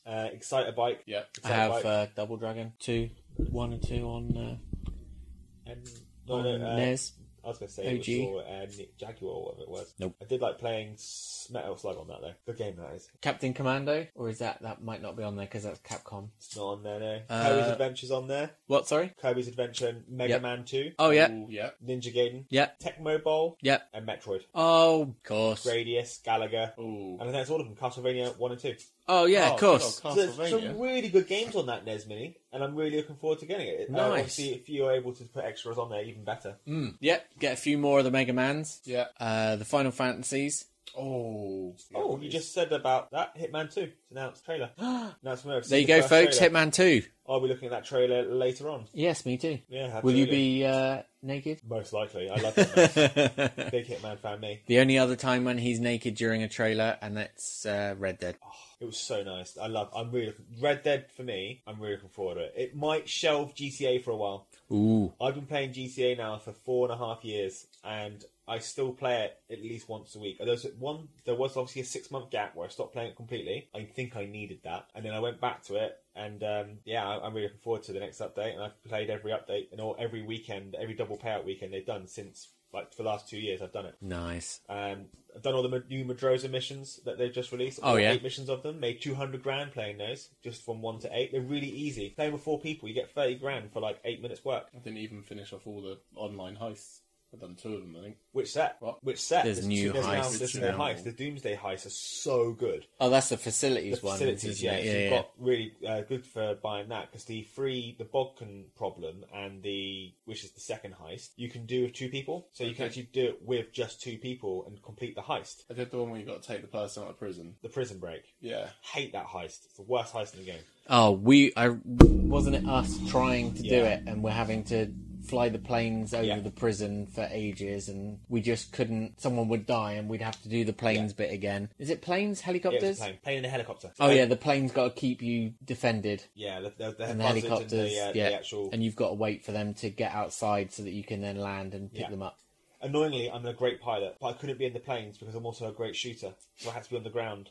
[SPEAKER 5] Uh, Exciter Bike.
[SPEAKER 2] Yeah.
[SPEAKER 3] I have uh, Double Dragon two, one and two on. Uh,
[SPEAKER 5] and, no, no, uh,
[SPEAKER 3] NES.
[SPEAKER 5] I was gonna say it was
[SPEAKER 3] OG.
[SPEAKER 5] for, uh, Ni- Jaguar or whatever it was.
[SPEAKER 3] Nope.
[SPEAKER 5] I did like playing S- Metal Slug on that though. Good game that is.
[SPEAKER 3] Captain Commando, or is that that might not be on there because that's Capcom.
[SPEAKER 5] It's not on there no.
[SPEAKER 3] Uh,
[SPEAKER 5] Kirby's Adventure's on there.
[SPEAKER 3] What? Sorry.
[SPEAKER 5] Kirby's Adventure, and Mega
[SPEAKER 3] Yep.
[SPEAKER 5] Man Two,
[SPEAKER 3] Oh yeah,
[SPEAKER 2] Ooh, yeah.
[SPEAKER 5] Ninja Gaiden,
[SPEAKER 3] yeah,
[SPEAKER 5] Tecmo Bowl,
[SPEAKER 3] yeah.
[SPEAKER 5] and Metroid.
[SPEAKER 3] Oh, of course.
[SPEAKER 5] Gradius, Gallagher,
[SPEAKER 2] Ooh.
[SPEAKER 5] and I think that's all of them. Castlevania One and Two.
[SPEAKER 3] Oh yeah, of course.
[SPEAKER 2] God,
[SPEAKER 5] So there's
[SPEAKER 2] Castlevania.
[SPEAKER 5] some really good games on that NES Mini, and I'm really looking forward to getting it. Uh,
[SPEAKER 3] Nice.
[SPEAKER 5] obviously, if you're able to put extras on there, even better.
[SPEAKER 3] Yep, get a few more of the Mega Mans.
[SPEAKER 2] yeah.
[SPEAKER 3] Uh, the Final Fantasies.
[SPEAKER 2] Oh.
[SPEAKER 5] Oh, you just said about that Hitman 2. It's announced trailer. announced from
[SPEAKER 3] There you go, folks.
[SPEAKER 5] Trailer.
[SPEAKER 3] Hitman Two.
[SPEAKER 5] I'll be looking at that trailer later on.
[SPEAKER 3] Yes, me too.
[SPEAKER 5] Yeah,
[SPEAKER 3] Will
[SPEAKER 5] absolutely.
[SPEAKER 3] you be uh, naked?
[SPEAKER 5] Most likely. I love Hitman. Big Hitman fan, me.
[SPEAKER 3] The only other time when he's naked during a trailer, and that's uh, Red Dead.
[SPEAKER 5] It was so nice. I love. I'm really Red Dead for me. I'm really looking forward to it. It might shelve GTA for a while.
[SPEAKER 3] Ooh,
[SPEAKER 5] I've been playing GTA now for four and a half years, and I still play it at least once a week. There was one. There was obviously a six month gap where I stopped playing it completely. I think I needed that, and then I went back to it. And um, yeah, I- I'm really looking forward to the next update. And I've played every update and all every weekend, every double payout weekend they've done since like for the last two years. I've done it.
[SPEAKER 3] Mm. nice.
[SPEAKER 5] Um, I've done all the Ma- new Madroza missions that they've just released.
[SPEAKER 3] Oh,
[SPEAKER 5] All
[SPEAKER 3] yeah.
[SPEAKER 5] Eight missions of them. Made 200 grand playing those, just from one to eight. They're really easy. Playing with four people, you get 30 grand for like eight minutes work.
[SPEAKER 8] I didn't even finish off all the online heists. I've done two of them, I think.
[SPEAKER 5] Which set?
[SPEAKER 8] What?
[SPEAKER 5] Which set?
[SPEAKER 3] There's new
[SPEAKER 5] there's now-
[SPEAKER 3] heists
[SPEAKER 5] there's
[SPEAKER 3] now.
[SPEAKER 5] more heists. The Doomsday heists are so good.
[SPEAKER 3] Oh, that's the facilities
[SPEAKER 5] the
[SPEAKER 3] one.
[SPEAKER 5] facilities,
[SPEAKER 3] isn't
[SPEAKER 5] yeah.
[SPEAKER 3] it?
[SPEAKER 5] so
[SPEAKER 3] yeah,
[SPEAKER 5] you've
[SPEAKER 3] yeah.
[SPEAKER 5] got really uh, good for buying that because the free, the Bodkin problem and the, which is the second heist, you can do with two people. So you can
[SPEAKER 8] Okay.
[SPEAKER 5] actually do it with just two people and complete the heist.
[SPEAKER 8] I did the one where you got to take the person out of prison.
[SPEAKER 5] The prison break.
[SPEAKER 8] Yeah.
[SPEAKER 5] Hate that heist. It's the worst heist in the game.
[SPEAKER 3] Oh, we I wasn't it us trying to do
[SPEAKER 5] Yeah.
[SPEAKER 3] it, and we're having to fly the planes over
[SPEAKER 5] Yeah.
[SPEAKER 3] the prison for ages, and we just couldn't. Someone would die, and we'd have to do the planes bit again. Is it planes,
[SPEAKER 5] Yeah, it
[SPEAKER 3] helicopters?
[SPEAKER 5] was a plane. Uh, Plane in a helicopter.
[SPEAKER 3] Oh yeah, the plane's got to keep you defended,
[SPEAKER 5] Yeah, the, the, the
[SPEAKER 3] and the
[SPEAKER 5] buzzards
[SPEAKER 3] helicopters,
[SPEAKER 5] and the, uh,
[SPEAKER 3] yeah,
[SPEAKER 5] the actual.
[SPEAKER 3] and you've got to wait for them to get outside so that you can then land and pick
[SPEAKER 5] Yeah.
[SPEAKER 3] them up.
[SPEAKER 5] Annoyingly, I'm a great pilot, but I couldn't be in the planes because I'm also a great shooter. So I had to be on the ground.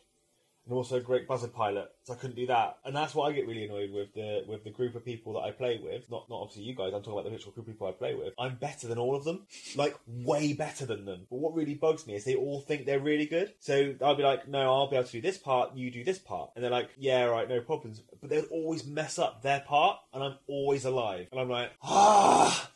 [SPEAKER 5] And I'm also a great buzzard pilot, so I couldn't do that. And that's what I get really annoyed with the with the group of people that I play with. Not not obviously you guys. I'm talking about the literal group of people I play with. I'm better than all of them, like way better than them. But what really bugs me is they all think they're really good. So I'll be like, no, I'll be able to do this part. You do this part, and they're like, yeah, right, no problems. But they'll always mess up their part, and I'm always alive. And I'm like, ah,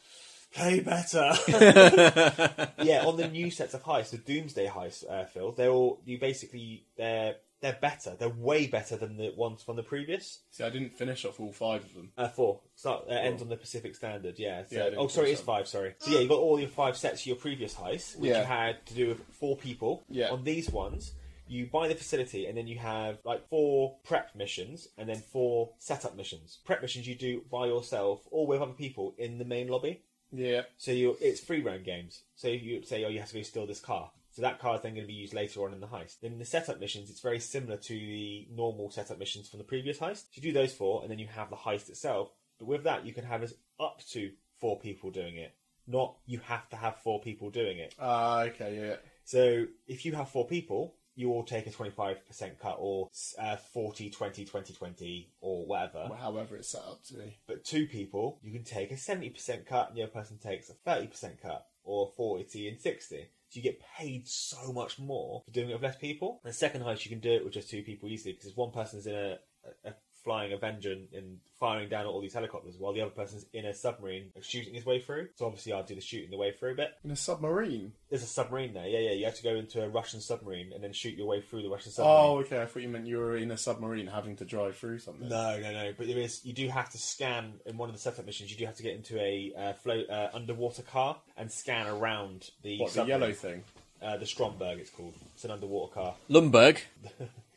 [SPEAKER 5] play better. yeah, on the new sets of heists, the Doomsday heist, uh, Phil, they're all you basically they're they're better. They're way better than the ones from the previous.
[SPEAKER 8] See, I didn't finish off all five of them.
[SPEAKER 5] Uh, four start uh, ends on the Pacific Standard. Yeah. So,
[SPEAKER 8] Yeah, I didn't
[SPEAKER 5] oh, sorry,
[SPEAKER 8] think
[SPEAKER 5] it's
[SPEAKER 8] so.
[SPEAKER 5] five. Sorry. So yeah, you got all your five sets of your previous heists, which
[SPEAKER 8] Yeah.
[SPEAKER 5] you had to do with four people.
[SPEAKER 8] Yeah.
[SPEAKER 5] On these ones. You buy the facility, and then you have like four prep missions, and then four setup missions. Prep missions you do by yourself or with other people in the main lobby.
[SPEAKER 8] Yeah.
[SPEAKER 5] So you, it's free roam games. So you say, oh, you have to go steal this car. So that car is then going to be used later on in the heist. Then the setup missions, it's very similar to the normal setup missions from the previous heist. So you do those four, and then you have the heist itself. But with that, you can have as up to four people doing it. Not you have to have four people doing it.
[SPEAKER 8] Ah, okay, yeah.
[SPEAKER 5] So if you have four people, you all take a 25% cut or uh, 40, 20, 20, 20, or whatever.
[SPEAKER 8] Well, however it's set up to be.
[SPEAKER 5] But two people, you can take a 70% cut and the other person takes a 30% cut or 40 and 60. So you get paid so much more for doing it with less people. And the second heist, you can do it with just two people easily because if one person's in a, a, a flying Avenger and, and firing down at all these helicopters while the other person's in a submarine and shooting his way through. So obviously I'll do the shooting the way through a bit.
[SPEAKER 8] In a submarine.
[SPEAKER 5] There's a submarine there. Yeah, yeah. You have to go into a Russian submarine and then shoot your way through the Russian submarine.
[SPEAKER 8] Oh, okay. I thought you meant you were in a submarine having to drive through something.
[SPEAKER 5] No, no, no. But there is. You do have to scan in one of the setup missions. You do have to get into a uh, float uh, underwater car and scan around the
[SPEAKER 8] What, the
[SPEAKER 5] submarine.
[SPEAKER 8] yellow thing?
[SPEAKER 5] uh, the Stromberg. It's called. It's an underwater car.
[SPEAKER 3] Lundberg.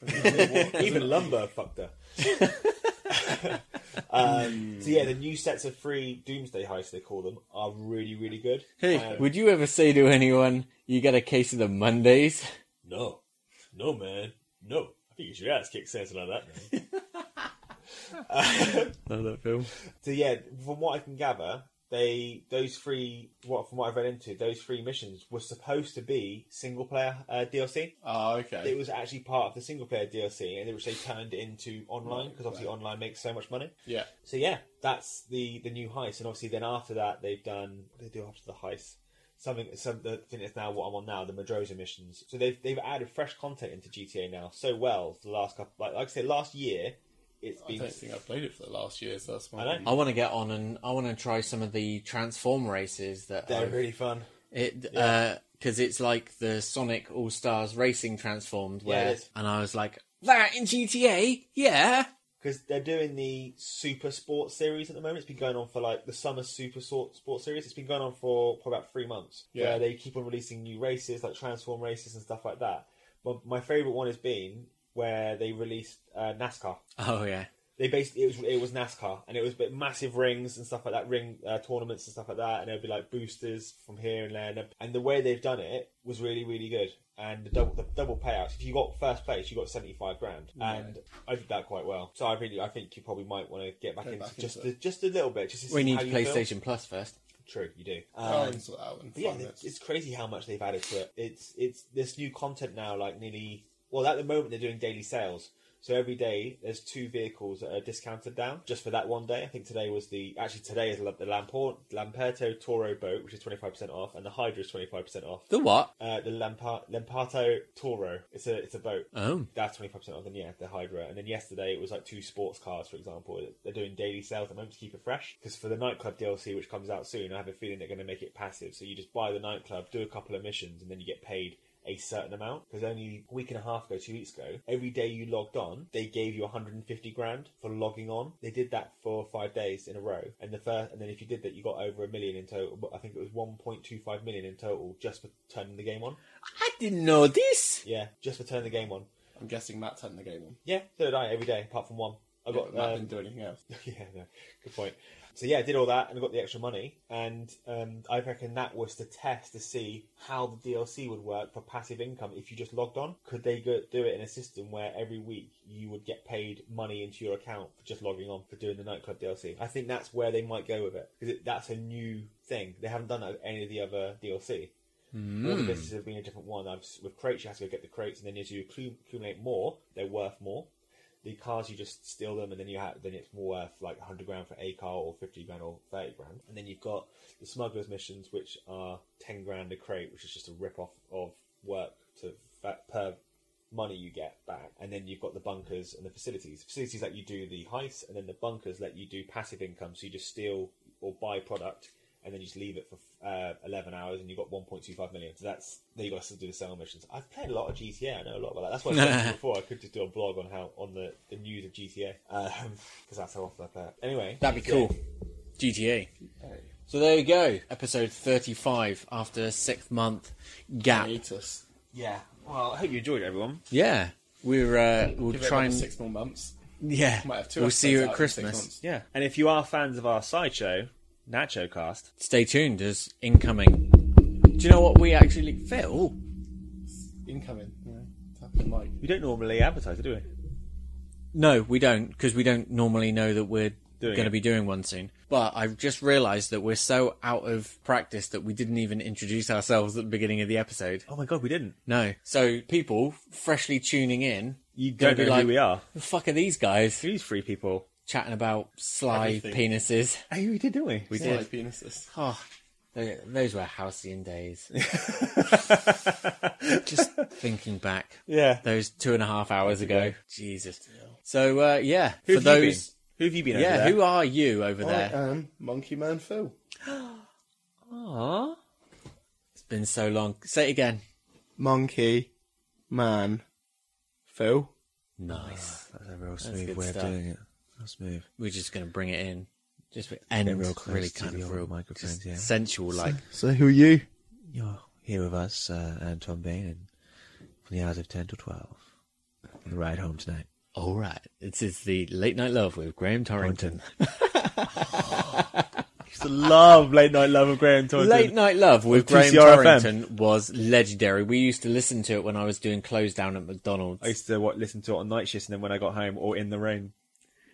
[SPEAKER 5] Even Lumber fucked her. um, so yeah, the new sets of free Doomsday heists they call them are really, really good.
[SPEAKER 3] Hey,
[SPEAKER 5] Um,
[SPEAKER 3] would you ever say to anyone, "You get a case of the Mondays"?
[SPEAKER 5] No, no, man, no. I think you should ask kick sense like that. Man.
[SPEAKER 3] Love that film.
[SPEAKER 5] So yeah, from what I can gather, they those three what from what I've read into those three missions were supposed to be single player uh, DLC.
[SPEAKER 8] Ah,
[SPEAKER 5] It
[SPEAKER 8] okay.
[SPEAKER 5] was actually part of the single player DLC, and which they turned into online because obviously online makes so much money.
[SPEAKER 8] Yeah.
[SPEAKER 5] So yeah, that's the the new heist, and obviously then after that they've done what do they do after the heist something some the thing that's now what I'm on now the Madroza missions. So they've they've added fresh content into GTA now so well for the last couple like, like I say last year it's
[SPEAKER 8] I
[SPEAKER 5] been
[SPEAKER 8] don't think I played it for the last year, so that's
[SPEAKER 5] I
[SPEAKER 8] why.
[SPEAKER 5] know.
[SPEAKER 3] I want to get on and I want to try some of the Transform races that
[SPEAKER 5] they're
[SPEAKER 3] I've-
[SPEAKER 5] really fun.
[SPEAKER 3] It uh, because it's like the Sonic All Stars Racing transformed,
[SPEAKER 5] Yeah, it
[SPEAKER 3] where
[SPEAKER 5] is.
[SPEAKER 3] and I was like, That in GTA? Yeah.
[SPEAKER 5] because they're doing the Super Sports series at the moment. It's been going on for like the summer Super Sort- Sports series. It's been going on for, for about three months.
[SPEAKER 8] Yeah.
[SPEAKER 5] where they keep on releasing new races, like transform races and stuff like that. But my favourite one has been where they released uh, NASCAR.
[SPEAKER 3] Oh yeah.
[SPEAKER 5] They basically it was it was NASCAR and it was but massive rings and stuff like that, ring uh, tournaments and stuff like that, and there'd be like boosters from here and there, and, and the way they've done it was really really good. And the double the double payouts. If you got first place, you got seventy five grand, and I did that quite well. So I really I think you probably might want to get back into
[SPEAKER 8] back into
[SPEAKER 5] just
[SPEAKER 8] it.
[SPEAKER 5] a, just a little bit. Just to see
[SPEAKER 3] We need
[SPEAKER 5] how you feel.
[SPEAKER 3] PlayStation Plus first.
[SPEAKER 5] True, you do.
[SPEAKER 2] Oh,
[SPEAKER 8] I'll
[SPEAKER 5] Um,
[SPEAKER 8] sort that out in
[SPEAKER 5] but yeah,
[SPEAKER 8] five minutes.
[SPEAKER 5] it's, it's crazy how much they've added to it. It's it's this new content now, like nearly well at the moment they're doing daily sales. So every day there's two vehicles that are discounted down just for that one day. I think today was the actually today is the Lampor, Lamperto Toro boat, which is twenty five percent off, and the Hydra is twenty five percent off.
[SPEAKER 3] The what?
[SPEAKER 5] Uh, the Lampar- Lampato Toro, it's a it's a boat.
[SPEAKER 3] Oh.
[SPEAKER 5] That's twenty five percent off. Then yeah, the Hydra, and then yesterday it was like two sports cars, for example. They're doing daily sales at the moment to keep it fresh because for the nightclub DLC, which comes out soon, I have a feeling they're going to make it passive. So you just buy the nightclub, do a couple of missions, and then you get paid a certain amount. Because only a week and a half ago, two weeks ago, every day you logged on, they gave you one hundred and fifty grand for logging on. They did that for five days in a row, and the first, and then if you did that, you got over a million in total. But I think it was one point two five million in total just for turning the game on.
[SPEAKER 3] I didn't know this.
[SPEAKER 5] Yeah, just for turning the game on.
[SPEAKER 8] I'm guessing Matt turned the game on.
[SPEAKER 5] Yeah, so did I every day, apart from one. I
[SPEAKER 8] But
[SPEAKER 5] got
[SPEAKER 8] Matt
[SPEAKER 5] um,
[SPEAKER 8] didn't do anything else.
[SPEAKER 5] yeah, no, good point. So yeah, I did all that and I got the extra money, and um, I reckon that was the test to see how the DLC would work for passive income. If you just logged on, could they go, do it in a system where every week you would get paid money into your account for just logging on for doing the nightclub DLC? I think that's where they might go with it because that's a new thing. They haven't done that with any of the other DLC. All the businesses have been a different one. I've, with crates, you have to go get the crates, and then as you accu- accumulate more, they're worth more the cars you just steal them and then you have then it's more worth like 100 grand for a car or 50 grand or 30 grand and then you've got the smugglers missions which are 10 grand a crate which is just a rip off of work to fa- per money you get back and then you've got the bunkers and the facilities facilities let you do the heist and then the bunkers let you do passive income so you just steal or buy product and then you just leave it for uh, 11 hours and you've got 1.25 million so that's then you've got to do the sale missions i've played a lot of gta i know a lot about that that's why i said to you before i could just do a blog on how on the, the news of gta because um, that's how often i play it anyway
[SPEAKER 3] That'd be
[SPEAKER 5] yeah.
[SPEAKER 3] cool. GTA. So there you go. Episode 35 after a six month gap.
[SPEAKER 8] Hiatus.
[SPEAKER 5] yeah well i hope you enjoyed it, everyone
[SPEAKER 3] Yeah. We're, uh, we'll
[SPEAKER 8] Give it
[SPEAKER 3] try
[SPEAKER 8] another
[SPEAKER 3] and.
[SPEAKER 8] six more months.
[SPEAKER 3] yeah.
[SPEAKER 8] Might have two
[SPEAKER 3] We'll see
[SPEAKER 8] episodes
[SPEAKER 3] you at
[SPEAKER 8] out in six
[SPEAKER 3] Christmas.
[SPEAKER 8] months.
[SPEAKER 5] yeah and if you are fans of our sideshow nacho cast
[SPEAKER 3] Stay tuned as incoming. Do you know what we actually. Phil?
[SPEAKER 8] Incoming. Yeah. Tap the mic.
[SPEAKER 5] we don't normally advertise it do we
[SPEAKER 3] No, we don't, because we don't normally know that we're
[SPEAKER 5] Doing
[SPEAKER 3] going to be
[SPEAKER 5] it.
[SPEAKER 3] doing one soon. But I've just realised that we're so out of practice that we didn't even introduce ourselves at the beginning of the episode.
[SPEAKER 5] oh my god we didn't
[SPEAKER 3] No. So people freshly tuning in,
[SPEAKER 5] you
[SPEAKER 3] Gonna
[SPEAKER 5] don't
[SPEAKER 3] be
[SPEAKER 5] know
[SPEAKER 3] like-
[SPEAKER 5] who we are
[SPEAKER 3] the fuck are these guys
[SPEAKER 5] these three people
[SPEAKER 3] chatting about sly
[SPEAKER 8] Everything.
[SPEAKER 3] penises?
[SPEAKER 5] hey we did didn't we we
[SPEAKER 8] Sly penises.
[SPEAKER 3] Oh, tho- those were halcyon days. Just thinking back,
[SPEAKER 5] yeah
[SPEAKER 3] those two and a half hours ago. Jesus. So uh, yeah,
[SPEAKER 5] who
[SPEAKER 3] for
[SPEAKER 5] have you
[SPEAKER 3] those,
[SPEAKER 5] been? who have you been over
[SPEAKER 3] yeah,
[SPEAKER 5] there?
[SPEAKER 3] who are you over
[SPEAKER 8] I
[SPEAKER 3] there?
[SPEAKER 8] am Monkey Man Phil.
[SPEAKER 5] Aw.
[SPEAKER 3] It's been so long. Say it again.
[SPEAKER 8] Monkey Man Phil.
[SPEAKER 3] Nice.
[SPEAKER 5] That's a real smooth
[SPEAKER 3] good
[SPEAKER 5] way
[SPEAKER 3] stuff.
[SPEAKER 5] of doing it. That's smooth.
[SPEAKER 3] We're just gonna bring it in. Just and
[SPEAKER 5] real close
[SPEAKER 3] really
[SPEAKER 5] to
[SPEAKER 3] kind
[SPEAKER 5] the
[SPEAKER 3] of
[SPEAKER 5] old
[SPEAKER 3] real
[SPEAKER 5] microphones,
[SPEAKER 3] just
[SPEAKER 5] yeah.
[SPEAKER 3] sensual, like
[SPEAKER 8] So who are you?
[SPEAKER 5] You're here with us, uh, Anton Bain, and from the hours of 10 to 12 on the ride home tonight.
[SPEAKER 3] all right. This is the late night love with Graham Torrington.
[SPEAKER 5] Just love late night love of Graham Torrington.
[SPEAKER 3] Late Night Love with Graham
[SPEAKER 5] TCRFM.
[SPEAKER 3] Torrington was legendary. We used to listen to it when I was doing close down at
[SPEAKER 5] I
[SPEAKER 3] McDonald's.
[SPEAKER 5] used to what, listen to it on night shifts, and then when I got home, or in the rain.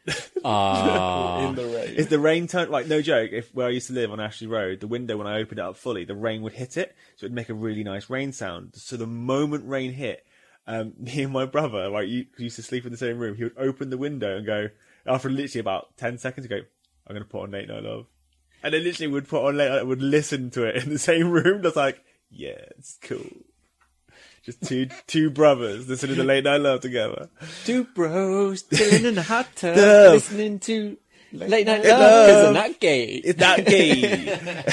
[SPEAKER 8] In the rain.
[SPEAKER 5] Is the rain turned like no joke? If where I used to live on Ashley Road, the window when I opened it up fully, the rain would hit it, so it'd make a really nice rain sound. So the moment rain hit, um, me and my brother, like you used to sleep in the same room, he would open the window and go after literally about ten seconds, he'd go, "I'm gonna put on Late Night Love," and then literally would put on Late Night, would listen to it in the same room. Just like, yeah, it's cool. Just two two brothers listening to Late Night Love together.
[SPEAKER 3] Two bros chilling in a hot tub,
[SPEAKER 5] Love.
[SPEAKER 3] listening to Late Night Love because I'm not gay.
[SPEAKER 5] It's that gay.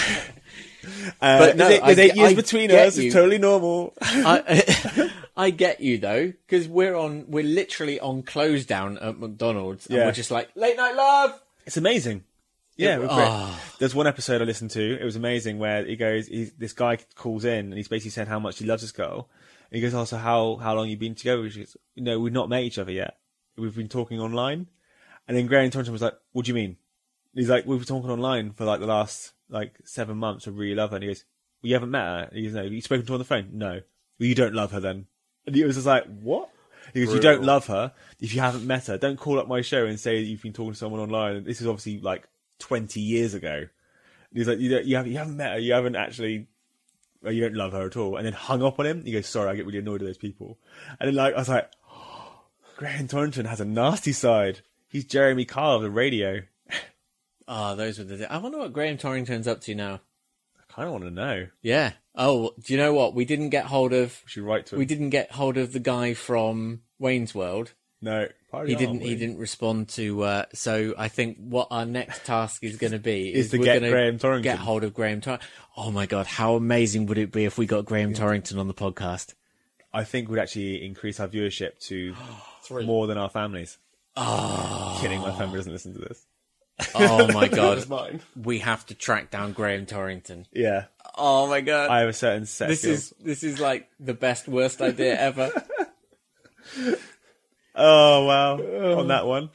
[SPEAKER 5] Uh,
[SPEAKER 3] But no,
[SPEAKER 5] there's eight, there's
[SPEAKER 3] I-
[SPEAKER 5] eight years
[SPEAKER 3] I
[SPEAKER 5] between
[SPEAKER 3] get
[SPEAKER 5] us.
[SPEAKER 3] you.
[SPEAKER 5] It's totally normal.
[SPEAKER 3] I, I get you though, because we're on, we're literally on close down at McDonald's, and
[SPEAKER 5] Yeah.
[SPEAKER 3] we're just like late night love.
[SPEAKER 5] It's amazing. Yeah,
[SPEAKER 3] It-
[SPEAKER 5] we're great. there's one episode I listened to. It was amazing where he goes, he's, this guy calls in and he's basically saying how much he loves this girl. And he goes, "Oh, so how how long you been together?" She goes, "No, we've not met each other yet. We've been talking online." And then Graham Thornton was like, "What do you mean?" And he's like, "We've been talking online for like the last like seven months. I really love her." And he goes, "Well, you haven't met her." And he goes, "No, you spoken to her on the phone." No, well, you don't love her then. And he was just like, "What?" He goes, "You don't love her if you haven't met her. Don't call up my show and say you've been talking to someone online." And this is obviously like twenty years ago. And he's like, you, don't, you, haven't, you haven't met her. You haven't actually, well, you don't love her at all. And then hung up on him. He goes, sorry, I get really annoyed at those people. And then like, I was like, Graham Thornton has a nasty side. He's Jeremy Kyle of the radio.
[SPEAKER 3] Ah, those were the. I wonder what Graham Torrington's up to now.
[SPEAKER 5] I kind of want to know.
[SPEAKER 3] Yeah. Oh, do you know what? We didn't get hold of.
[SPEAKER 5] Should we write to him?
[SPEAKER 3] We didn't get hold of the guy from Wayne's World.
[SPEAKER 5] No,
[SPEAKER 3] He didn't. He didn't respond to. Uh, so I think what our next task is going to be
[SPEAKER 5] Is
[SPEAKER 3] is
[SPEAKER 5] to
[SPEAKER 3] we're
[SPEAKER 5] get
[SPEAKER 3] gonna
[SPEAKER 5] Graham Torrington.
[SPEAKER 3] Get hold of Graham Torrington. Oh my god! How amazing would it be if we got Graham Torrington on the podcast?
[SPEAKER 5] I think would actually increase our viewership to more than our families.
[SPEAKER 3] Ah.
[SPEAKER 5] Oh. Kidding, my family doesn't listen to this.
[SPEAKER 3] Oh my god!
[SPEAKER 2] That's mine.
[SPEAKER 3] we have to track down Graham Torrington.
[SPEAKER 5] Yeah,
[SPEAKER 3] Oh my god!
[SPEAKER 5] I have a certain set.
[SPEAKER 3] this
[SPEAKER 5] feel.
[SPEAKER 3] is this is like the best worst idea ever.
[SPEAKER 5] Oh wow! On that one,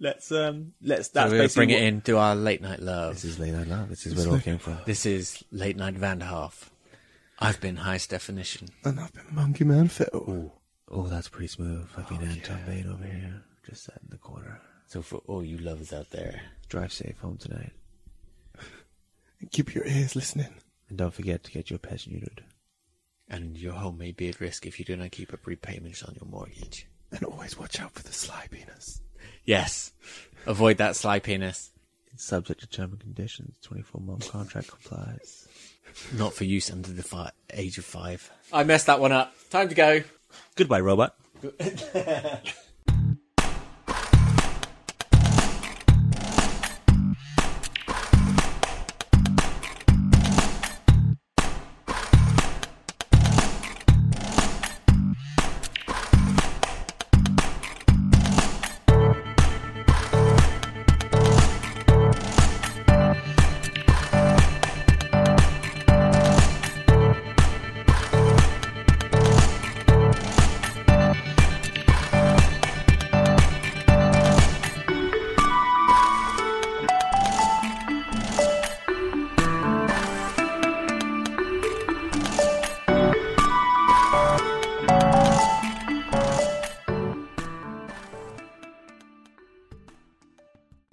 [SPEAKER 5] let's um, let's that's
[SPEAKER 3] we're gonna
[SPEAKER 5] basically
[SPEAKER 3] bring it
[SPEAKER 5] what-
[SPEAKER 3] in to our late night love.
[SPEAKER 5] is late night love. This is where it all came from.
[SPEAKER 3] This is late night Vanderhoof. I've been highest definition.
[SPEAKER 2] And I've been Monkey Man Phil.
[SPEAKER 5] Oh, that's pretty smooth. I've been Anton Bade over here, just sat in the corner.
[SPEAKER 3] So for all you lovers out there,
[SPEAKER 5] Drive safe home tonight,
[SPEAKER 2] Keep your ears listening.
[SPEAKER 5] and don't forget to get your pets neutered.
[SPEAKER 3] and your home may be at risk if you do not keep up repayments on your mortgage.
[SPEAKER 2] And always watch out for the sly penis.
[SPEAKER 3] Yes. Avoid that sly penis.
[SPEAKER 5] Subject to terms and conditions. Twenty-four month contract complies.
[SPEAKER 3] Not for use under the fi- age of five. I messed that one up. Time to go.
[SPEAKER 5] Goodbye, robot.